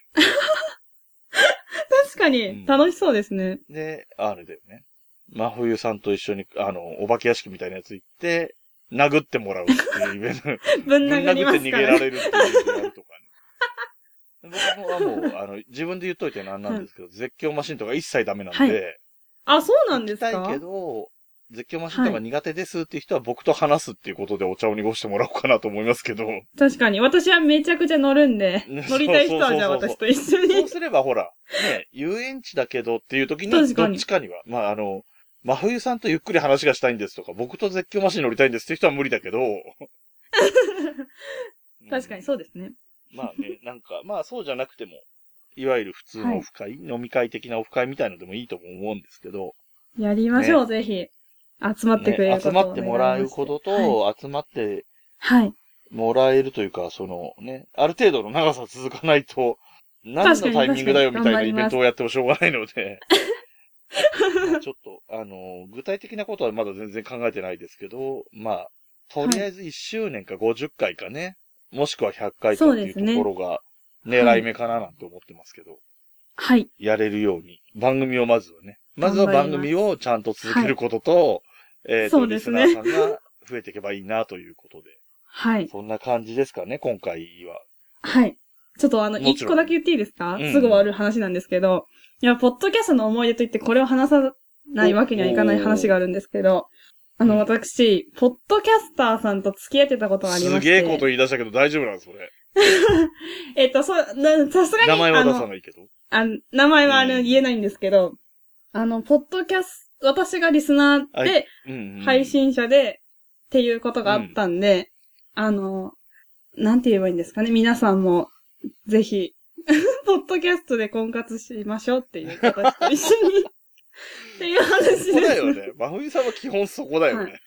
S2: 確か
S1: うん
S2: に、楽しそうですね。
S1: で、あれだよね。真冬さんと一緒に、あの、お化け屋敷みたいなやつ行って、殴ってもらうっていうイベント。
S2: ぶん
S1: ぶん
S2: 殴り
S1: 殴
S2: ま
S1: って
S2: す
S1: 逃
S2: か
S1: げ
S2: ら
S1: ら
S2: ね。
S1: れるっていうのがあるとかね。僕はもう、あの、自分で言っといてなんなんですけど、絶叫マシンとか一切ダメなんで、
S2: はいあ、そうなんです
S1: 行きたいけ
S2: か
S1: ど、絶叫マシンとか苦手ですっていう人は僕と話すっていうことでお茶を濁してもらおうかなと思いますけど、
S2: 確かに。私はめちゃくちゃ乗るんで
S1: ね、
S2: 乗りたい人はじゃ あ
S1: そうそうそ
S2: 私と一緒
S1: そう
S2: に。
S1: すればほら、ね、遊園地だけどっていう時に、
S2: 確
S1: ど
S2: か
S1: っ
S2: に
S1: ちかには、まああの、真冬さんとゆっくり話がしたいんですとか、僕と絶叫マシン乗りたいんですっていう人は無理だけど、
S2: 確かにそうですね。
S1: まあね、 なんか、まあそうじゃなくても、いわゆる普通のオフ会、飲み会的なオフ会みたいのでもいいとも思うんですけど、
S2: やりましょう、ぜひ。集まってくれる
S1: ね、集
S2: ことをお願いします
S1: まってもらうことと、
S2: はい
S1: 集まって
S2: はい。
S1: もらえるというか、そのね、ある程度の長さ続かないと、何
S2: 確か
S1: の
S2: に
S1: タイミングだよみ
S2: 確
S1: た
S2: か
S1: いなイ
S2: に頑張ります
S1: ベントをやってもしょうがないの で、まあちょっと、あの、具体的なことはまだ全然考えてないですけど、まあ、とりあえず1周年か50回かね、もしくは100回かっていうところが狙い目かななんて思ってますけど、
S2: はい。
S1: やれるように、番組をまずはね、まずは
S2: 頑張
S1: 番
S2: ります
S1: 組をちゃんと続けることと、えっ、
S2: そ
S1: と、
S2: うで
S1: リス
S2: す
S1: ナ
S2: ね
S1: ーさんが増えていけばいいなということで、
S2: はい。
S1: そんな感じですかね、今回は。
S2: はい。ちょっとあ
S1: も
S2: の、
S1: ちろん
S2: 一個だけ言っていいですか、
S1: うん
S2: すぐ終わる話なんですけど。いや、ポッドキャストの思い出といってこれを話さないわけにはいかない話があるんですけど、あ
S1: う
S2: の、
S1: ん
S2: 私、ポッドキャスターさんと付き合ってたことがありますして。
S1: げえこと言い出したけど大丈夫なんです、それ。
S2: えっと、そう、なさすがに、
S1: 名前は
S2: あ
S1: 出さ
S2: の、
S1: ないけど。
S2: あの名前はあ
S1: う
S2: の
S1: ん
S2: 言えないんですけど、あの、ポッドキャスト、私がリスナー
S1: は
S2: で、
S1: うんうん
S2: 配。信者で、っていうことがあったんで、あの、なんて言えばいいんですかね。皆さんも、 ぜひ、ポッドキャストで婚活しましょうっていう形と一緒にっていう話です。
S1: そこだよね。真冬さんは基本そこだよね。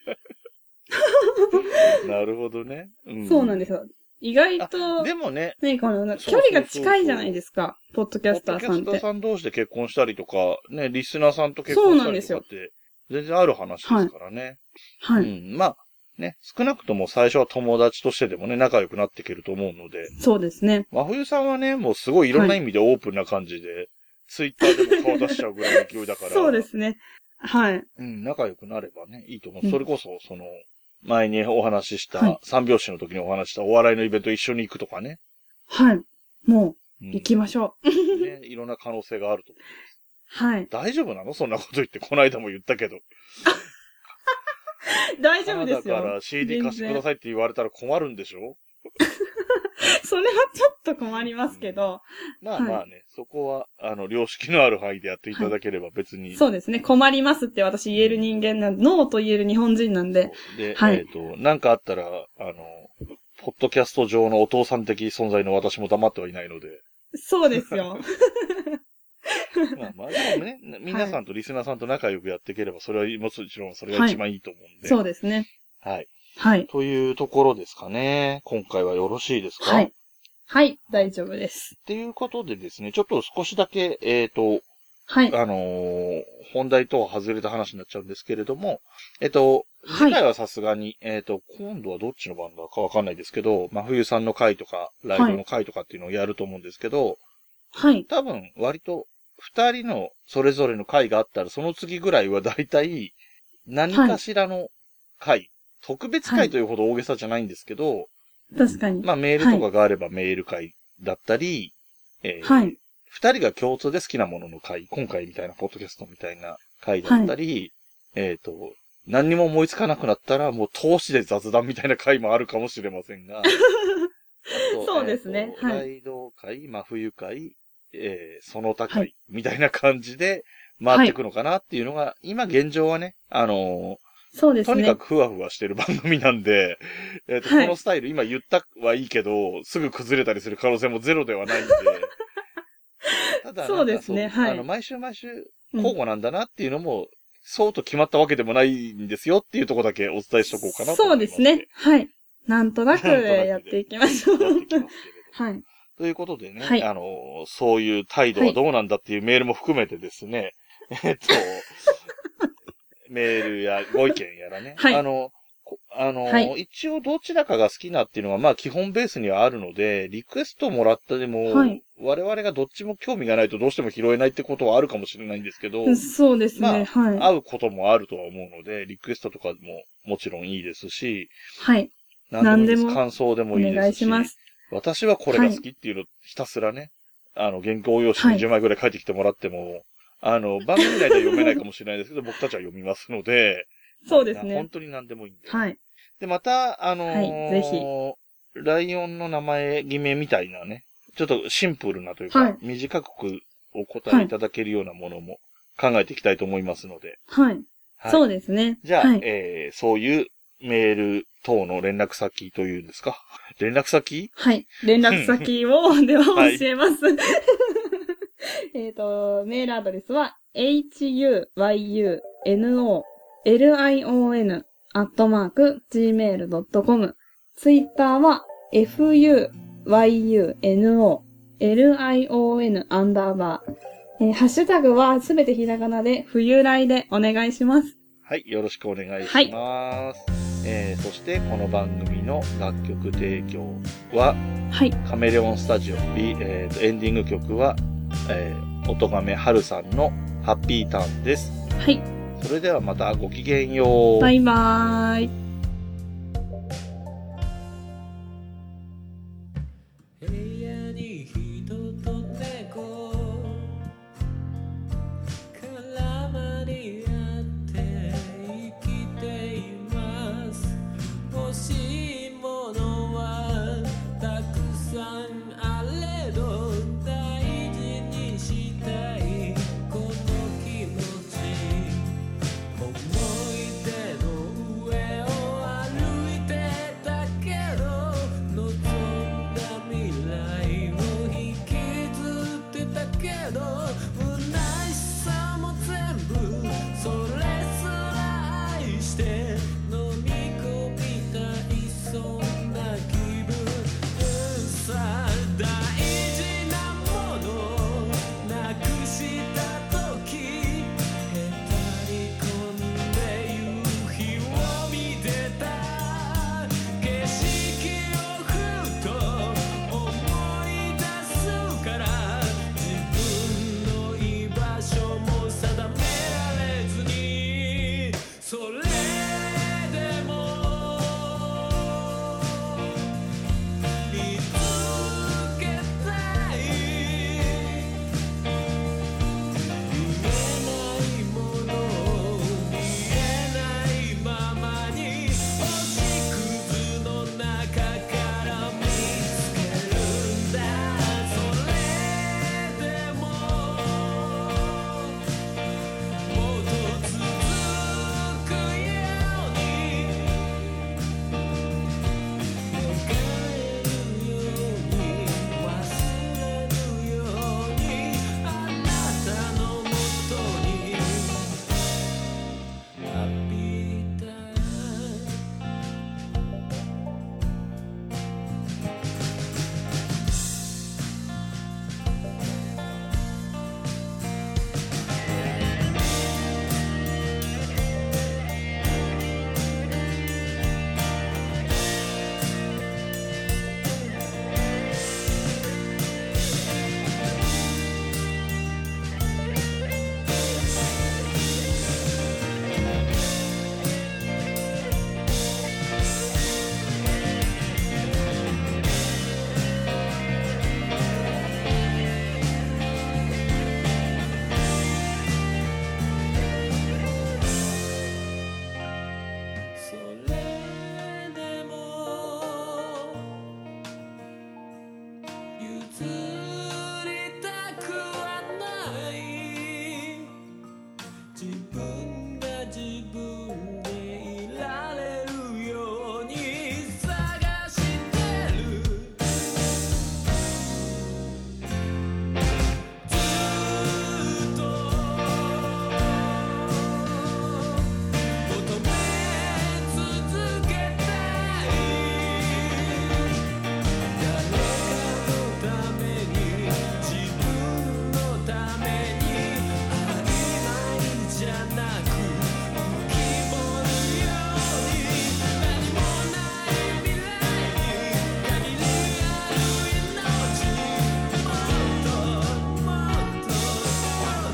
S1: なるほどね。。
S2: そうなんですすよ。意外と、
S1: でもね、
S2: ね、この、
S1: そうそ
S2: 距
S1: うそう
S2: 離が近いじゃないですか、ポッドキ
S1: ポ
S2: ャ
S1: ッ
S2: スタ
S1: ド
S2: ー
S1: キ
S2: さん
S1: ャ
S2: っ
S1: スター
S2: て。
S1: さん同士で結婚したりとか、ね、リスナーさんと結婚したりとかって、全然ある話ですからね。
S2: は
S1: う
S2: い。
S1: ん。まあ、ね、少なくとも最初は友達としてでもね、仲良くなっていけると思うので、
S2: そうですね。
S1: 真冬さんはね、もうすごいいろんな意味でオープンな感じで、ツイッターでも顔出しちゃうぐらいの勢いだから。
S2: そうで。すね。はい。
S1: うん、仲良くなればね、いいと思う。
S2: うん
S1: それこそ、その、前にお話しし
S2: は
S1: た、
S2: い
S1: 三拍子の時にお話ししたお笑いのイベント一緒に行くとかね。
S2: はい。も
S1: うん
S2: う、行きましょう。
S1: ね、いろんな可能性があると思う。
S2: はい。
S1: 大丈夫なのそんなこと言って、この間も言ったけど。
S2: 大丈夫です
S1: だか
S2: よ。
S1: ら CD 貸してくださいって言われたら困るんでしょ
S2: それはちょっと困りますけど、
S1: まあ
S2: はい
S1: まあね、そこは、あの、良識のある範囲でやっていただければ別に。
S2: そうですね。困りますって私言える人間なん、ノーと言える日本人なんで。
S1: で、
S2: はい
S1: えっ、と、なんかあったら、あの、ポッドキャスト上のお父さん的存在の私も黙ってはいないの で、
S2: そうで すよ。
S1: まあまあ、でもね、皆さんとリスナーさんと仲良くやっていければ、それはもちろんそれが一番いいと思うんで。
S2: そうですね。
S1: はい。
S2: はい。
S1: というところですかね。今回はよろしいですか
S2: はい。はい。大丈夫です。
S1: っていうことでですね、ちょっと少しだけ、えっ、と、
S2: はい。
S1: あのー本題とは外れた話になっちゃうんですけれども、えっと、
S2: はい
S1: 次回はさすがに、えっと、今度はどっちの番だかわかんないですけど、真冬さんの回とか、ライブの回とかっていうのをやると思うんですけど、
S2: はい。
S1: 多分割と二人のそれぞれの回があったら、その次ぐらいは大体何かしらの回、特別
S2: は
S1: 回
S2: い
S1: というほど大げさじゃないんですけど、
S2: 確かに。
S1: まあメールとかがあればメール回だったり、えー
S2: はい。
S1: 二人が共通で好きなものの回、今回みたいな、ポッドキャストみたいな回だったり、えっ、と、何にも思いつかなくなったら、もう投資で雑談みたいな回もあるかもしれません が。あと
S2: そうですね
S1: えーと
S2: はい
S1: ライド会、真冬会、えーその他
S2: は
S1: 会、みたいな感じで回っていくのかなっていうのが、今現状はね、あの
S2: そうで
S1: ー
S2: す
S1: とに
S2: ね
S1: か。くふわふわしてる番組なんで、えーと
S2: はい
S1: このスタイル今言ったはいいけど、すぐ崩れたりする可能性もゼロではないん で。ただなんか
S2: そうですね
S1: そう
S2: はい
S1: あの、毎週毎週、
S2: うん
S1: 交互なんだなっていうのも、そうと決まったわけでもないんですよっていうところだけお伝えしとこうかなと
S2: そ
S1: 思
S2: う
S1: いま
S2: ですすね。。はい。なんとなく
S1: なんとなくで
S2: やっていきましょう
S1: や。ってい きますけれど
S2: はい。
S1: ということでね、
S2: はい
S1: あの、そういう態度はどうなんだっていうメールも含めてです ね、えっと、メールやご意見やらね、
S2: はい
S1: あの、こあの、
S2: はい
S1: 一応どちらかが好きなっていうのはまあ基本ベースにはあるので、リクエストもらったでも、
S2: はい
S1: 我々がどっちも興味がないとどうしても拾えないってことはあるかもしれないんですけど、
S2: そうです
S1: まあ
S2: ね。はい。
S1: 会うこともあるとは思うので、リクエストとかももちろんいいですし、
S2: はい。
S1: 何でもいいで
S2: 何ですも
S1: 感想で
S2: お
S1: もいいですし、
S2: 願いします。
S1: 私はこれが好きっていうの、ひたすらね、あの、原稿用紙に10枚ぐらい書いてきてもらっても、あの、番組内では読めないかもしれないですけど、 僕たちは読みますので、
S2: そうです
S1: な本
S2: ね。
S1: 当に何でもいいんで。
S2: はい。
S1: で、また、あのー
S2: はいぜひ
S1: ライオンの名前、偽名みたいなね、ちょっとシンプルなというか、
S2: はい
S1: 短くお答えいただけるようなものも考えていきたいと思いますので。
S2: はい。
S1: はい
S2: そうですね。
S1: じゃあ、
S2: はい。
S1: えーそういうメール等の連絡先というんですか連絡先
S2: はい。連絡先 を、では教えます。 えっと、メールアドレスは、huyuno,lion, アットマーク、gmail.com。ツイッターは、fuyuno, lion, アンダーバー。えーハッシュタグはすべてひらがなで、冬来でお願いします。
S1: はい、よろしくお願いします。
S2: はい
S1: えーそして、この番組の楽曲提供は、
S2: はい。
S1: カメレオンスタジオ、B えーとエンディング曲は、えー、音亀春さんのハッピーターンです。
S2: はい。
S1: それではまたごきげんよう。
S2: バイバーイ。
S3: 部屋に人と猫絡まり合って生きています欲しいものはたくさんあれど大事にしたいこの気持ち思い出の上を分が自分でいられるように探してるずっと求め続けたい誰かのために自分のために曖昧じゃなく浮き彫るように何もない未来に限りある命もっともっと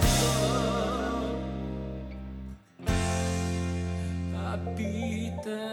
S3: もっと浴びた